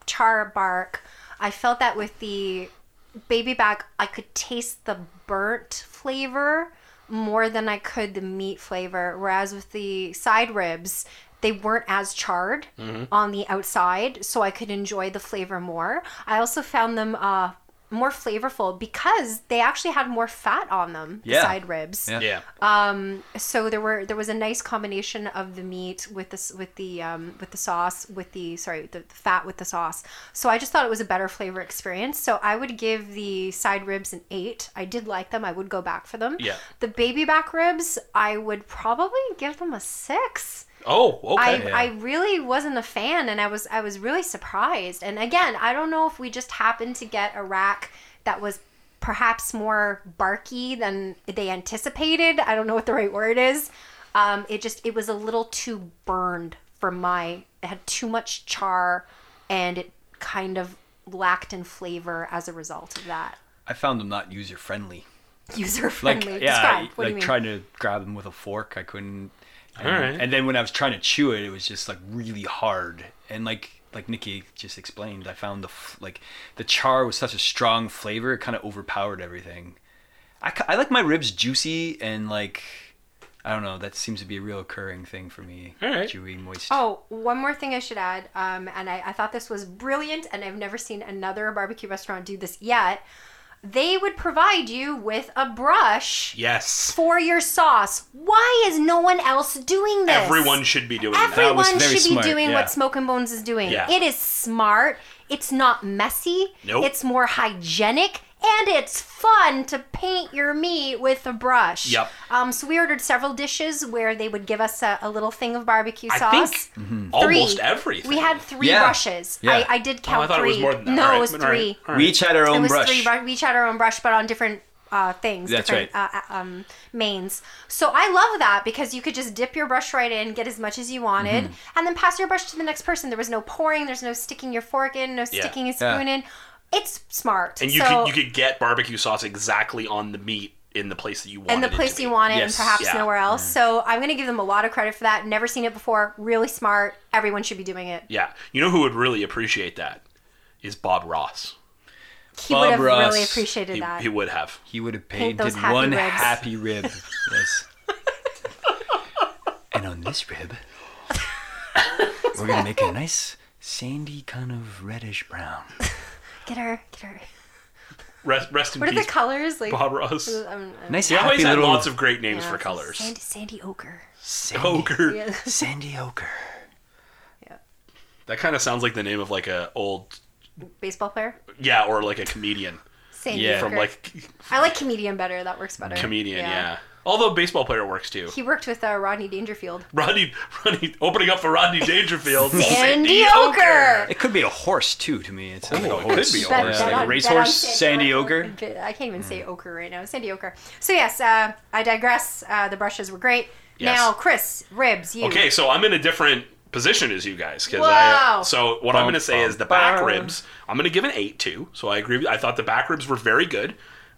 Speaker 3: char bark, I felt that with the baby back I could taste the burnt flavor more than I could the meat flavor whereas with the side ribs they weren't as charred
Speaker 5: Mm-hmm.
Speaker 3: on the outside so I could enjoy the flavor more. I also found them uh more flavorful because they actually had more fat on them, the
Speaker 5: Yeah.
Speaker 3: side ribs
Speaker 5: Yeah.
Speaker 4: Yeah.
Speaker 3: Uh, so there were there was a nice combination of the meat with this with the um with the sauce with the sorry the, the fat with the sauce so i just thought it was a better flavor experience so i would give the side ribs an eight i did like them i would go back for them
Speaker 4: Yeah.
Speaker 3: the baby back ribs i would probably give them a six
Speaker 4: oh,
Speaker 3: I,
Speaker 4: okay.
Speaker 3: I really wasn't a fan and I was I was really surprised. And again, I don't know if we just happened to get a rack that was perhaps more barky than they anticipated. I don't know what the right word is. Um, it just it was a little too burned for my it had too much char and it kind of lacked in flavor as a result of that.
Speaker 5: I found them not user friendly.
Speaker 3: User
Speaker 5: Like
Speaker 3: friendly.
Speaker 5: yeah,
Speaker 3: Describe. What do
Speaker 5: like
Speaker 3: you mean?
Speaker 5: trying to grab them with a fork, I couldn't. And,
Speaker 4: Alright.
Speaker 5: and then when I was trying to chew it, it was just like really hard. And like like Nikki just explained, I found the f- like the char was such a strong flavor, it kind of overpowered everything. I, ca- I like my ribs juicy and like I don't know. That seems to be a real recurring thing for me.
Speaker 4: Alright.
Speaker 5: Chewy, moist.
Speaker 3: Oh, one more thing I should add, um, and I, I thought this was brilliant, and I've never seen another barbecue restaurant do this yet. They would provide you with a brush
Speaker 4: yes.
Speaker 3: for your sauce. Why is no one else doing this?
Speaker 4: Everyone should be doing that.
Speaker 5: That
Speaker 3: Everyone
Speaker 5: was
Speaker 3: should
Speaker 5: very
Speaker 3: be
Speaker 5: smart,
Speaker 3: doing
Speaker 5: yeah.
Speaker 3: what Smoke and Bones is doing.
Speaker 4: Yeah.
Speaker 3: It is smart. It's not messy.
Speaker 4: Nope.
Speaker 3: It's more hygienic. And it's fun to paint your meat with a brush.
Speaker 4: Yep.
Speaker 3: Um, so we ordered several dishes where they would give us a, a little thing of barbecue sauce.
Speaker 4: I think Mm-hmm.
Speaker 3: Three.
Speaker 4: almost everything.
Speaker 3: We had three
Speaker 5: Yeah.
Speaker 3: brushes.
Speaker 5: Yeah.
Speaker 3: I, I did
Speaker 4: Oh,
Speaker 3: count
Speaker 4: I thought
Speaker 3: three.
Speaker 4: it was more than that.
Speaker 3: No,
Speaker 4: All right,
Speaker 3: it was
Speaker 4: all right,
Speaker 3: three.
Speaker 4: all right.
Speaker 5: We each had our
Speaker 3: It
Speaker 5: own
Speaker 3: was
Speaker 5: brush.
Speaker 3: three. bru- We each had our own brush, but on different uh, things.
Speaker 5: That's
Speaker 3: different,
Speaker 5: right.
Speaker 3: Uh, uh, um, mains. So I love that because you could just dip your brush right in, get as much as you wanted,
Speaker 5: Mm-hmm.
Speaker 3: and then pass your brush to the next person. There was no pouring. There's no sticking your fork in. No sticking a
Speaker 5: Yeah.
Speaker 3: spoon in. It's smart.
Speaker 4: and you
Speaker 3: so,
Speaker 4: could you could get barbecue sauce exactly on the meat in the place that you wanted.
Speaker 3: and the
Speaker 4: it to
Speaker 3: place you
Speaker 4: be.
Speaker 3: want it, and
Speaker 5: Yes.
Speaker 3: perhaps
Speaker 4: Yeah.
Speaker 3: nowhere else.
Speaker 5: Mm.
Speaker 3: So I'm going to give them a lot of credit for that. Never seen it before. Really smart. Everyone should be doing it.
Speaker 4: Yeah. You know who would really appreciate that is Bob Ross.
Speaker 3: He
Speaker 5: Bob
Speaker 3: would have really
Speaker 5: Ross.
Speaker 3: appreciated
Speaker 4: He,
Speaker 3: that.
Speaker 4: he would have.
Speaker 5: He would have
Speaker 3: Paint
Speaker 5: painted
Speaker 3: those happy
Speaker 5: one
Speaker 3: ribs.
Speaker 5: happy
Speaker 3: [laughs]
Speaker 5: rib. yes. and on this rib, we're gonna make a nice sandy kind of reddish brown.
Speaker 3: Get her. Get her.
Speaker 4: Rest, rest in
Speaker 3: What are
Speaker 4: peace,
Speaker 3: the colors like?
Speaker 4: Bob Ross.
Speaker 3: um, um,
Speaker 5: Nice
Speaker 4: He always
Speaker 5: happy
Speaker 4: had
Speaker 5: little
Speaker 4: lots of great names
Speaker 3: yeah,
Speaker 4: for colors.
Speaker 3: Sandy, sandy ochre.
Speaker 5: sandy,
Speaker 4: Ogre.
Speaker 5: sandy ochre.
Speaker 4: That kind of sounds like the name of like a old
Speaker 3: [laughs] Baseball player.
Speaker 4: yeah, or like a comedian
Speaker 3: Sandy
Speaker 5: Yeah.
Speaker 3: ochre.
Speaker 4: from like
Speaker 3: I like comedian better. That works better.
Speaker 4: comedian, yeah. Although baseball player works too. [laughs]
Speaker 3: He worked with uh, Rodney Dangerfield.
Speaker 4: Rodney, Rodney, opening up for Rodney Dangerfield.
Speaker 3: Sandy Ochre.
Speaker 5: It could be a horse too. To me, it sounds like
Speaker 4: Oh,
Speaker 5: a
Speaker 4: it could
Speaker 5: horse.
Speaker 4: be a
Speaker 5: Yeah,
Speaker 4: horse.
Speaker 5: like
Speaker 4: Bet
Speaker 5: a
Speaker 4: on-
Speaker 5: racehorse. Sandy
Speaker 3: ochre.
Speaker 5: ogre.
Speaker 3: I can't
Speaker 4: Hmm.
Speaker 3: even say ochre right now. Sandy ochre. So yes, uh, I digress. Uh, the brushes were great.
Speaker 4: Yes.
Speaker 3: Now, Chris, ribs, you.
Speaker 4: Okay, so I'm in a different position as you guys because I. uh,
Speaker 3: Wow.
Speaker 4: So what I'm going to say is the
Speaker 5: Bum, bum,
Speaker 4: back
Speaker 5: bum.
Speaker 4: ribs. I'm going to give an eight too. So I agree. With, I thought the back ribs were very good.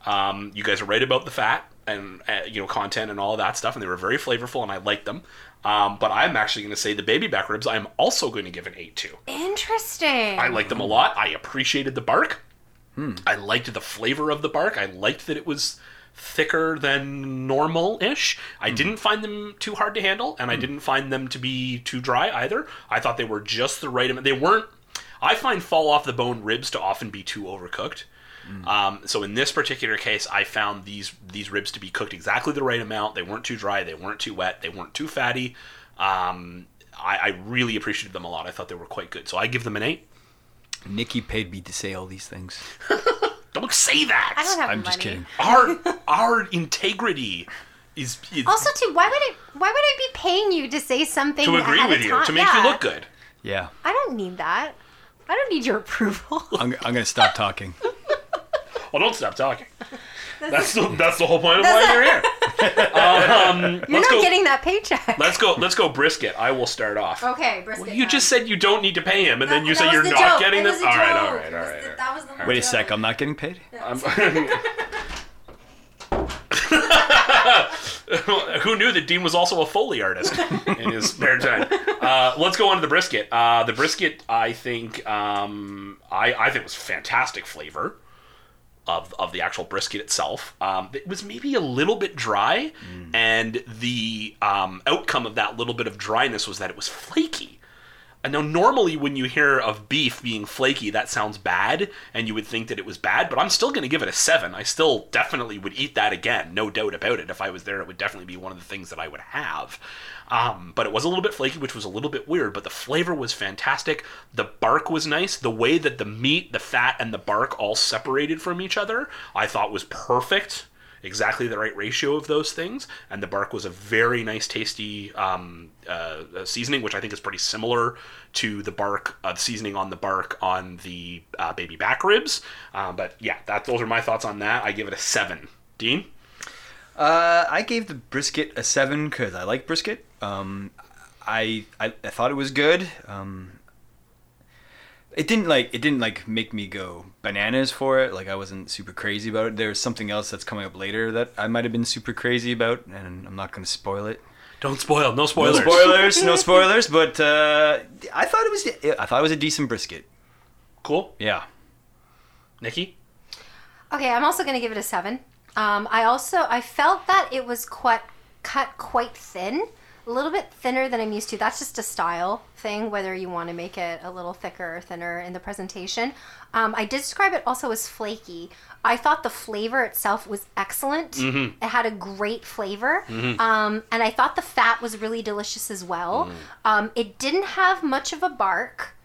Speaker 4: Um, you guys are right about the fat and uh, you know content and all that stuff, and they were very flavorful, and I liked them. Um, but I'm actually going to say the baby back ribs. I'm also going to give an eight to.
Speaker 3: Interesting.
Speaker 4: I liked them a lot. I appreciated the bark. I liked the flavor of the bark. I liked that it was thicker than normal ish. I didn't find them too hard to handle, and I didn't find them to be too dry either. I thought they were just the right amount. They weren't. I find fall off the bone ribs to often be too overcooked. Um, so in this particular case, I found these these ribs to be cooked exactly the right amount. They weren't too dry. They weren't too wet. They weren't too fatty. Um, I, I really appreciated them a lot. I thought they were quite good. So I give them an eight.
Speaker 5: Nikki paid me to say all these things.
Speaker 4: Don't say that.
Speaker 3: I don't have
Speaker 5: I'm
Speaker 3: money.
Speaker 5: just kidding.
Speaker 3: [laughs]
Speaker 4: our our integrity is, is
Speaker 3: Also, too, why would it? Why would I be paying you to say something
Speaker 4: to
Speaker 3: ahead
Speaker 4: agree
Speaker 3: of
Speaker 4: with you,
Speaker 3: time?
Speaker 4: to make
Speaker 3: Yeah.
Speaker 4: you look good.
Speaker 5: Yeah,
Speaker 3: I don't need that. I don't need your [laughs] approval.
Speaker 5: I'm, I'm gonna stop
Speaker 3: [laughs]
Speaker 5: talking.
Speaker 4: Well, don't stop talking. That's the, that's the whole point of why you're here.
Speaker 3: [laughs]
Speaker 4: Um,
Speaker 3: You're
Speaker 4: let's
Speaker 3: not
Speaker 4: go.
Speaker 3: getting that paycheck.
Speaker 4: Let's go. Let's go. Brisket. I will start off.
Speaker 3: Okay, brisket.
Speaker 4: You
Speaker 3: time.
Speaker 4: just said you don't need to pay him, and then you
Speaker 3: That
Speaker 4: say
Speaker 3: was
Speaker 4: you're
Speaker 3: the
Speaker 4: not
Speaker 3: joke.
Speaker 4: getting
Speaker 3: It
Speaker 4: this.
Speaker 3: was a
Speaker 4: All right,
Speaker 3: joke.
Speaker 4: all right,
Speaker 3: It
Speaker 4: all
Speaker 3: was
Speaker 4: right,
Speaker 3: the-
Speaker 4: all right.
Speaker 3: that was the whole
Speaker 5: Wait a
Speaker 3: joke.
Speaker 5: sec, I'm not getting paid.
Speaker 4: I'm- [laughs] Who knew that Dean was also a Foley artist in his spare time? Uh, let's go on to the brisket. Uh, the brisket, I think, um, I, I think was fantastic flavor of, of the actual brisket itself. Um, it was maybe a little bit dry, and the um, outcome of that little bit of dryness was that it was flaky. And now, normally, when you hear of beef being flaky, that sounds bad, and you would think that it was bad, but I'm still going to give it a seven. I still definitely would eat that again, no doubt about it. If I was there, it would definitely be one of the things that I would have. Um, but it was a little bit flaky, which was a little bit weird, but the flavor was fantastic. The bark was nice. The way that the meat, the fat, and the bark all separated from each other, I thought was perfect exactly the right ratio of those things. And the bark was a very nice, tasty um, uh, uh, seasoning, which I think is pretty similar to the bark uh, seasoning on the bark on the uh, baby back ribs. Uh, but yeah, that those are my thoughts on that. I give it a seven. Dean,
Speaker 5: Uh, I gave the brisket a seven because I like brisket. Um, I, I I thought it was good. Um, it didn't like it didn't like make me go bananas for it. Like I wasn't super crazy about it. There's something else that's coming up later that I might have been super crazy about, and I'm not gonna spoil it.
Speaker 4: don't spoil. No
Speaker 5: No
Speaker 4: spoilers.
Speaker 5: spoilers, no spoilers. But uh, I thought it was I thought it was a decent brisket.
Speaker 4: Cool,
Speaker 5: Yeah.
Speaker 4: Nikki.
Speaker 3: Okay, I'm also going to give it a seven. Um, I also I felt that it was quite cut quite thin, a little bit thinner than I'm used to. That's just a style thing, whether you want to make it a little thicker or thinner in the presentation. Um, I did describe it also as flaky. I thought the flavor itself was excellent.
Speaker 4: Mm-hmm.
Speaker 3: It had a great flavor, um, and I thought the fat was really delicious as well.
Speaker 4: Mm.
Speaker 3: Um, it didn't have much of a bark.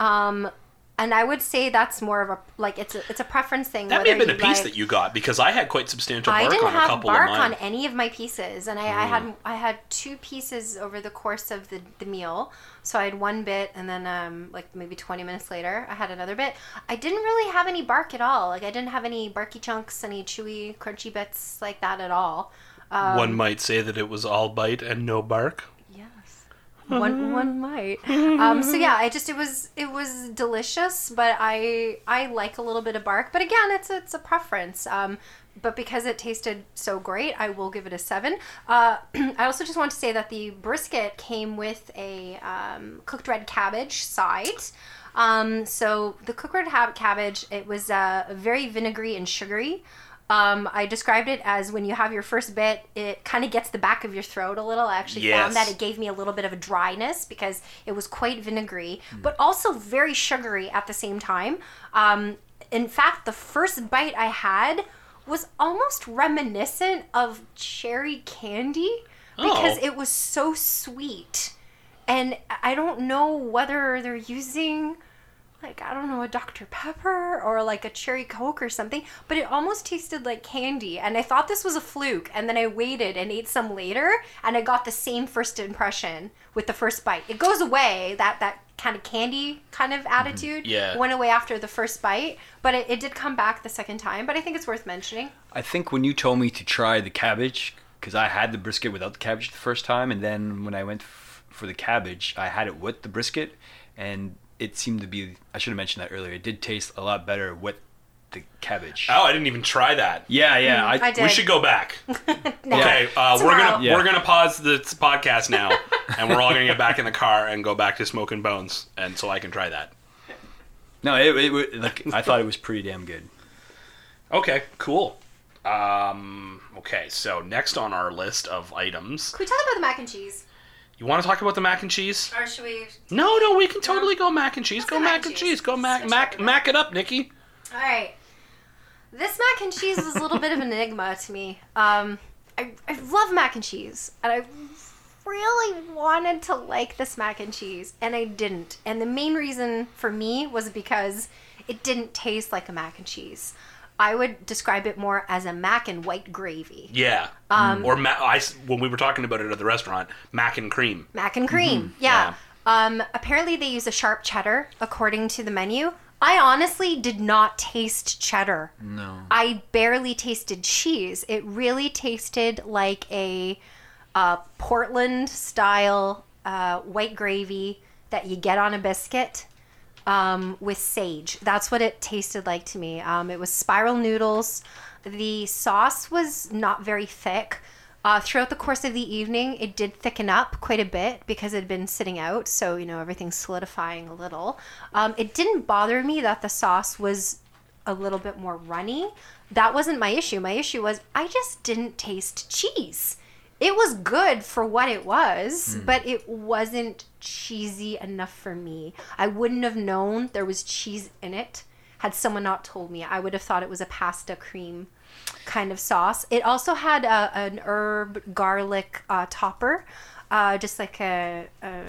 Speaker 3: Um, and I would say that's more of a like it's a it's a preference thing.
Speaker 4: That may have
Speaker 3: whether
Speaker 4: been a
Speaker 3: you
Speaker 4: piece
Speaker 3: like-
Speaker 4: that you got because I had quite substantial
Speaker 3: I
Speaker 4: bark
Speaker 3: didn't
Speaker 4: on a
Speaker 3: have
Speaker 4: couple
Speaker 3: bark
Speaker 4: of mine. Hmm.
Speaker 3: on any of my pieces, and I, I had I had two pieces over the course of the, the meal. So I had one bit, and then um, like maybe twenty minutes later, I had another bit. I didn't really have any bark at all. Like I didn't have any barky chunks, any chewy, crunchy bits like that at all. um,
Speaker 4: One might say that it was all bite and no bark.
Speaker 3: Yes. One one might. Um, so yeah, I just it was it was delicious, but I I like a little bit of bark. But again, it's it's a preference. Um, but because it tasted so great, I will give it a seven. Uh, [clears throat] I also just want to say that the brisket came with a um, cooked red cabbage side. Um, so the cooked red hab- cabbage, it was uh, very vinegary and sugary. Um, I described it as when you have your first bit, it kind of gets the back of your throat a little. I actually found
Speaker 4: Yes.
Speaker 3: that it gave me a little bit of a dryness because it was quite vinegary, but also very sugary at the same time. Um, in fact, the first bite I had was almost reminiscent of cherry candy because
Speaker 4: Oh.
Speaker 3: it was so sweet. And I don't know whether they're using like I don't know a Dr Pepper or like a cherry Coke or something, but it almost tasted like candy. And I thought this was a fluke, and then I waited and ate some later, and I got the same first impression with the first bite. It goes away that that kind of candy kind of attitude
Speaker 4: Yeah.
Speaker 3: went away after the first bite, but it, it did come back the second time. But I think it's worth mentioning.
Speaker 5: I think when you told me to try the cabbage, because I had the brisket without the cabbage the first time, and then when I went f- for the cabbage, I had it with the brisket, and it seemed to be. I should have mentioned that earlier. It did taste a lot better with the cabbage.
Speaker 4: Oh, I didn't even try that.
Speaker 5: Yeah, yeah.
Speaker 3: Mm, I did.
Speaker 4: We should go back.
Speaker 3: Now,
Speaker 4: Okay, uh, we're
Speaker 3: Tomorrow.
Speaker 4: gonna
Speaker 5: Yeah.
Speaker 4: we're gonna pause the podcast now, [laughs] and we're all gonna get back in the car and go back to smoking bones, and so I can try that.
Speaker 5: No, it, it, wa- like I thought it was pretty damn good.
Speaker 4: Okay, cool. Um, okay, so next on our list of items,
Speaker 3: Can we talk about the mac and cheese,
Speaker 4: you want to talk about the mac and cheese?
Speaker 3: or should we?
Speaker 4: No, no, we can totally go mac and cheese.
Speaker 3: Let's
Speaker 4: go mac and cheese. Go mac
Speaker 3: Switch
Speaker 4: mac
Speaker 3: up a bit.
Speaker 4: mac it up, Nikki.
Speaker 3: All right. This mac and cheese was a little bit of an enigma to me. Um, I, I love mac and cheese, and I really wanted to like this mac and cheese, and I didn't. And the main reason for me was because it didn't taste like a mac and cheese. I would describe it more as a mac and white gravy.
Speaker 4: Yeah. Um, or ma- I s- when we were talking about it at the restaurant, mac and cream.
Speaker 3: Mac and cream. Mm-hmm. Yeah. Um, apparently, they use a sharp cheddar according to the menu. I honestly did not taste cheddar. No. I barely tasted cheese. It really tasted like a uh, Portland style uh, white gravy that you get on a biscuit um, with sage. That's what it tasted like to me. Um, it was spiral noodles. The sauce was not very thick. Uh, throughout the course of the evening, it did thicken up quite a bit because it had been sitting out, so you know everything's solidifying a little. Um, it didn't bother me that the sauce was a little bit more runny. That wasn't my issue. My issue was I just didn't taste cheese. It was good for what it was, but it wasn't cheesy enough for me. I wouldn't have known there was cheese in it had someone not told me. I would have thought it was a pasta cream kind of sauce. It also had a, an herb garlic uh, topper, uh, just like a, a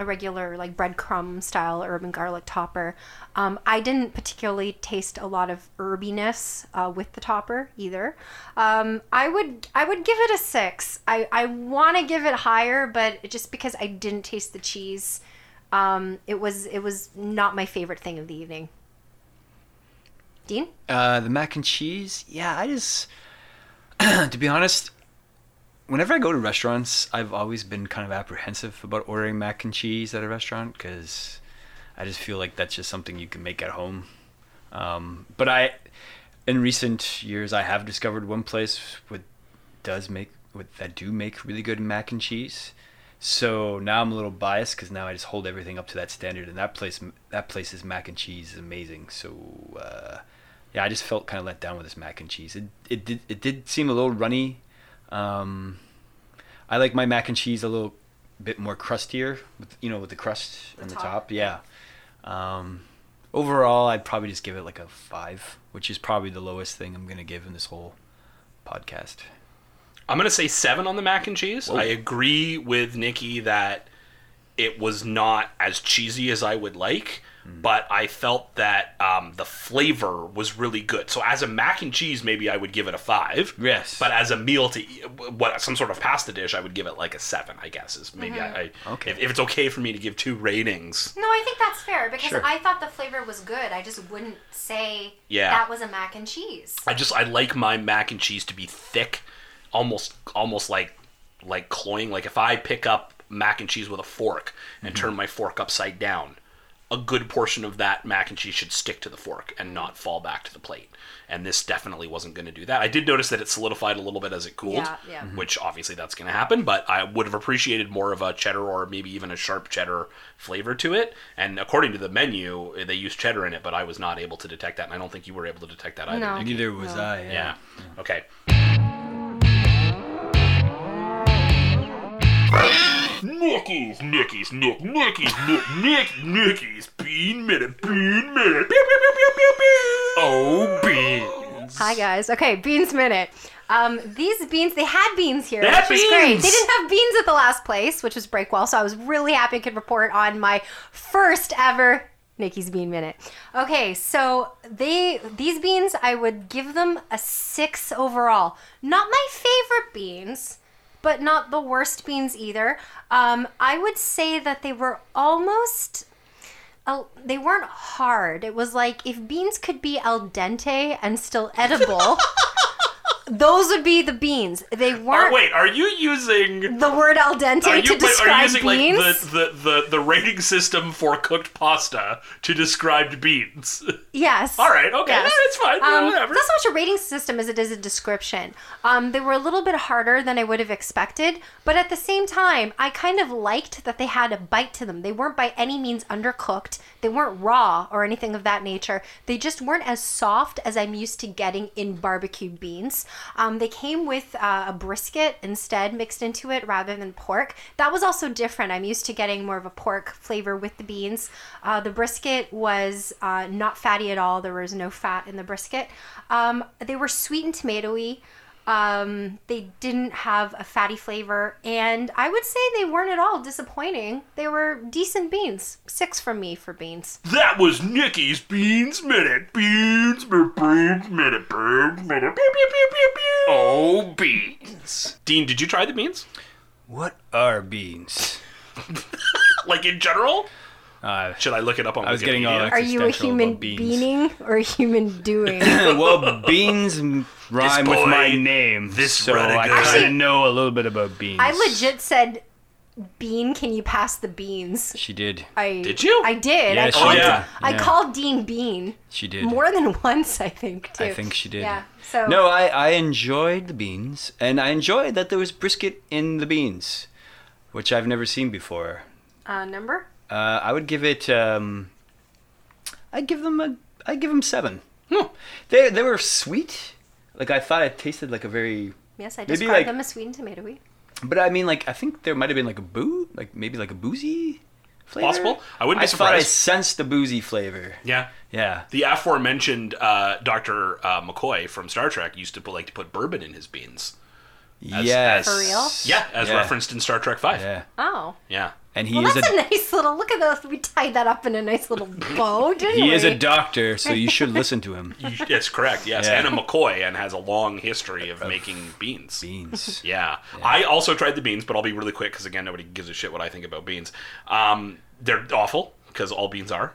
Speaker 3: a regular like breadcrumb style herb and garlic topper. Um, I didn't particularly taste a lot of herbiness uh, with the topper either. Um, I would I would give it a six. I I want to give it higher, but just because I didn't taste the cheese. Um, it was it was not my favorite thing of the evening. Dean?
Speaker 5: Uh, the mac and cheese, yeah, I just, [clears throat] to be honest, whenever I go to restaurants, I've always been kind of apprehensive about ordering mac and cheese at a restaurant because I just feel like that's just something you can make at home. Um, but I, in recent years, I have discovered one place with does make with that do make really good mac and cheese. So now I'm a little biased because now I just hold everything up to that standard, and that place that place's mac and cheese is amazing. So uh, yeah, I just felt kind of let down with this mac and cheese. It it did it did seem a little runny. Um, I like my mac and cheese a little bit more crustier, with, you know, with the crust on the
Speaker 3: top.
Speaker 5: top. Yeah. Um, overall, I'd probably just give it like a five, which is probably the lowest thing I'm gonna give in this whole podcast.
Speaker 4: I'm gonna say seven on the mac and cheese. I agree with Nikki that it was not as cheesy as I would like,
Speaker 5: Mm.
Speaker 4: but I felt that um, the flavor was really good. So as a mac and cheese, maybe I would give it a five.
Speaker 5: Yes.
Speaker 4: But as a meal to eat, what some sort of pasta dish, I would give it like a seven. I guess is maybe I, I
Speaker 5: Okay.
Speaker 4: if, if it's okay for me to give two ratings.
Speaker 3: No, I think that's fair because
Speaker 5: Sure.
Speaker 3: I thought the flavor was good. I just wouldn't say
Speaker 4: Yeah.
Speaker 3: that was a mac and cheese.
Speaker 4: I just I like my mac and cheese to be thick, almost almost like like cloying. Like if I pick up mac and cheese with a fork and turn my fork upside down, a good portion of that mac and cheese should stick to the fork and not fall back to the plate. And this definitely wasn't going to do that. I did notice that it solidified a little bit as it cooled,
Speaker 3: Yeah, yeah. Mhm.
Speaker 4: which obviously that's going to happen. But I would have appreciated more of a cheddar or maybe even a sharp cheddar flavor to it. And according to the menu, they used cheddar in it, but I was not able to detect that, and I don't think you were able to detect that either.
Speaker 3: No.
Speaker 4: Nick.
Speaker 5: Neither was I.
Speaker 4: Yeah. Okay. Nicky's, Nicky's, Nick, Nicky's, Nick, Nick, Nicky's, Bean Minute, Bean Minute, Oh, Beans.
Speaker 3: Hi guys. Okay, beans minute. Um, these beans, they had beans here,
Speaker 4: They
Speaker 3: which
Speaker 4: had
Speaker 3: was great.
Speaker 4: beans!
Speaker 3: They didn't have beans at the last place, which was Breakwell, so I was really happy I could report on my first ever Nikki's Bean Minute. Okay, so they these beans, I would give them a six overall. Not my favorite beans, but not the worst beans either. Um, I would say that they were almost al- they weren't hard. It was like if beans could be al dente and still edible, those would be the beans. They
Speaker 4: Are,
Speaker 3: weren't
Speaker 4: Oh, wait, are you using?
Speaker 3: the word al dente to
Speaker 4: Are you, but are you
Speaker 3: describe
Speaker 4: using
Speaker 3: beans.
Speaker 4: like the, the, the, the rating system for cooked pasta to describe beans? [laughs]
Speaker 3: yes.
Speaker 4: All right, okay,
Speaker 3: Yes.
Speaker 4: it's fine.
Speaker 3: Um,
Speaker 4: whatever.
Speaker 3: That's not a rating system as it is a description. Um, they were a little bit harder than I would have expected, but at the same time, I kind of liked that they had a bite to them. They weren't by any means undercooked. They weren't raw or anything of that nature. They just weren't as soft as I'm used to getting in barbecued beans. Um, they came with uh, a brisket instead mixed into it rather than pork. That was also different. I'm used to getting more of a pork flavor with the beans. Uh, the brisket was uh, not fatty at all. There was no fat in the brisket. Um, they were sweet and tomatoey. Um, they didn't have a fatty flavor, and I would say they weren't at all disappointing. They were decent beans. Six from me for beans.
Speaker 4: That was Nikki's Beans Minute. Beans Minute. Beans Minute. Beans Minute. Pew, pew, pew, pew, pew. Oh, beans. Dean, did you try the beans?
Speaker 5: What are beans? [laughs]
Speaker 4: Like in general?
Speaker 5: Uh,
Speaker 4: Should I look it up on
Speaker 5: I was getting all
Speaker 4: Wikipedia?
Speaker 3: Are you a
Speaker 5: Existential
Speaker 3: human
Speaker 5: about beans.
Speaker 3: beaning or a
Speaker 4: [laughs]
Speaker 3: human doing?
Speaker 5: well, beans m- rhyme with
Speaker 4: boy,
Speaker 5: my name,
Speaker 4: this
Speaker 5: so I
Speaker 4: renegade.
Speaker 5: kind
Speaker 3: Actually-
Speaker 5: of know a little bit about beans.
Speaker 3: I legit said Bean, can you pass the beans?
Speaker 5: She did.
Speaker 3: I
Speaker 4: Did you?
Speaker 3: I did.
Speaker 5: Yeah,
Speaker 3: I
Speaker 5: she
Speaker 3: called,
Speaker 4: did. Yeah.
Speaker 3: I
Speaker 5: Yeah.
Speaker 3: called Dean Bean
Speaker 5: She did.
Speaker 3: more than [laughs] once, I think. Too.
Speaker 5: I think she did.
Speaker 3: Yeah. So
Speaker 5: no, I, I enjoyed the beans, and I enjoyed that there was brisket in the beans, which I've never seen before.
Speaker 3: uh, number.
Speaker 5: Uh, I would give it. Um, I give them a. I give them seven. Hmm. They they were sweet. Like I thought it tasted like a very.
Speaker 3: Yes, I
Speaker 5: Maybe,
Speaker 3: described
Speaker 5: like-
Speaker 3: them as sweetened tomato wheat.
Speaker 5: But I mean, like I think there might have been like a boo, like maybe like a boozy. Flavor.
Speaker 4: Possible. I wouldn't be
Speaker 5: I thought I
Speaker 4: surprised.
Speaker 5: sensed the boozy flavor.
Speaker 4: Yeah.
Speaker 5: Yeah.
Speaker 4: The aforementioned uh, Doctor uh, McCoy from Star Trek used to put, like to put bourbon in his beans.
Speaker 5: yes.
Speaker 3: For real?
Speaker 4: Yeah, as referenced in Star Trek Five.
Speaker 5: Yeah.
Speaker 3: Oh.
Speaker 4: Yeah.
Speaker 5: And he
Speaker 3: Well,
Speaker 5: is
Speaker 3: that's
Speaker 5: a
Speaker 3: a, nice little look at those. We tied that up in a nice
Speaker 5: [laughs]
Speaker 3: little bow, didn't we?
Speaker 5: he is a doctor, so you
Speaker 3: [laughs]
Speaker 5: should listen to him.
Speaker 4: You- It's correct, yes.
Speaker 5: Yeah.
Speaker 4: And a McCoy and has a long history of making beans.
Speaker 5: Beans.
Speaker 4: Yeah. I also tried the beans, but I'll be really quick because, again, nobody gives a shit what I think about beans. Um, they're awful because all beans are.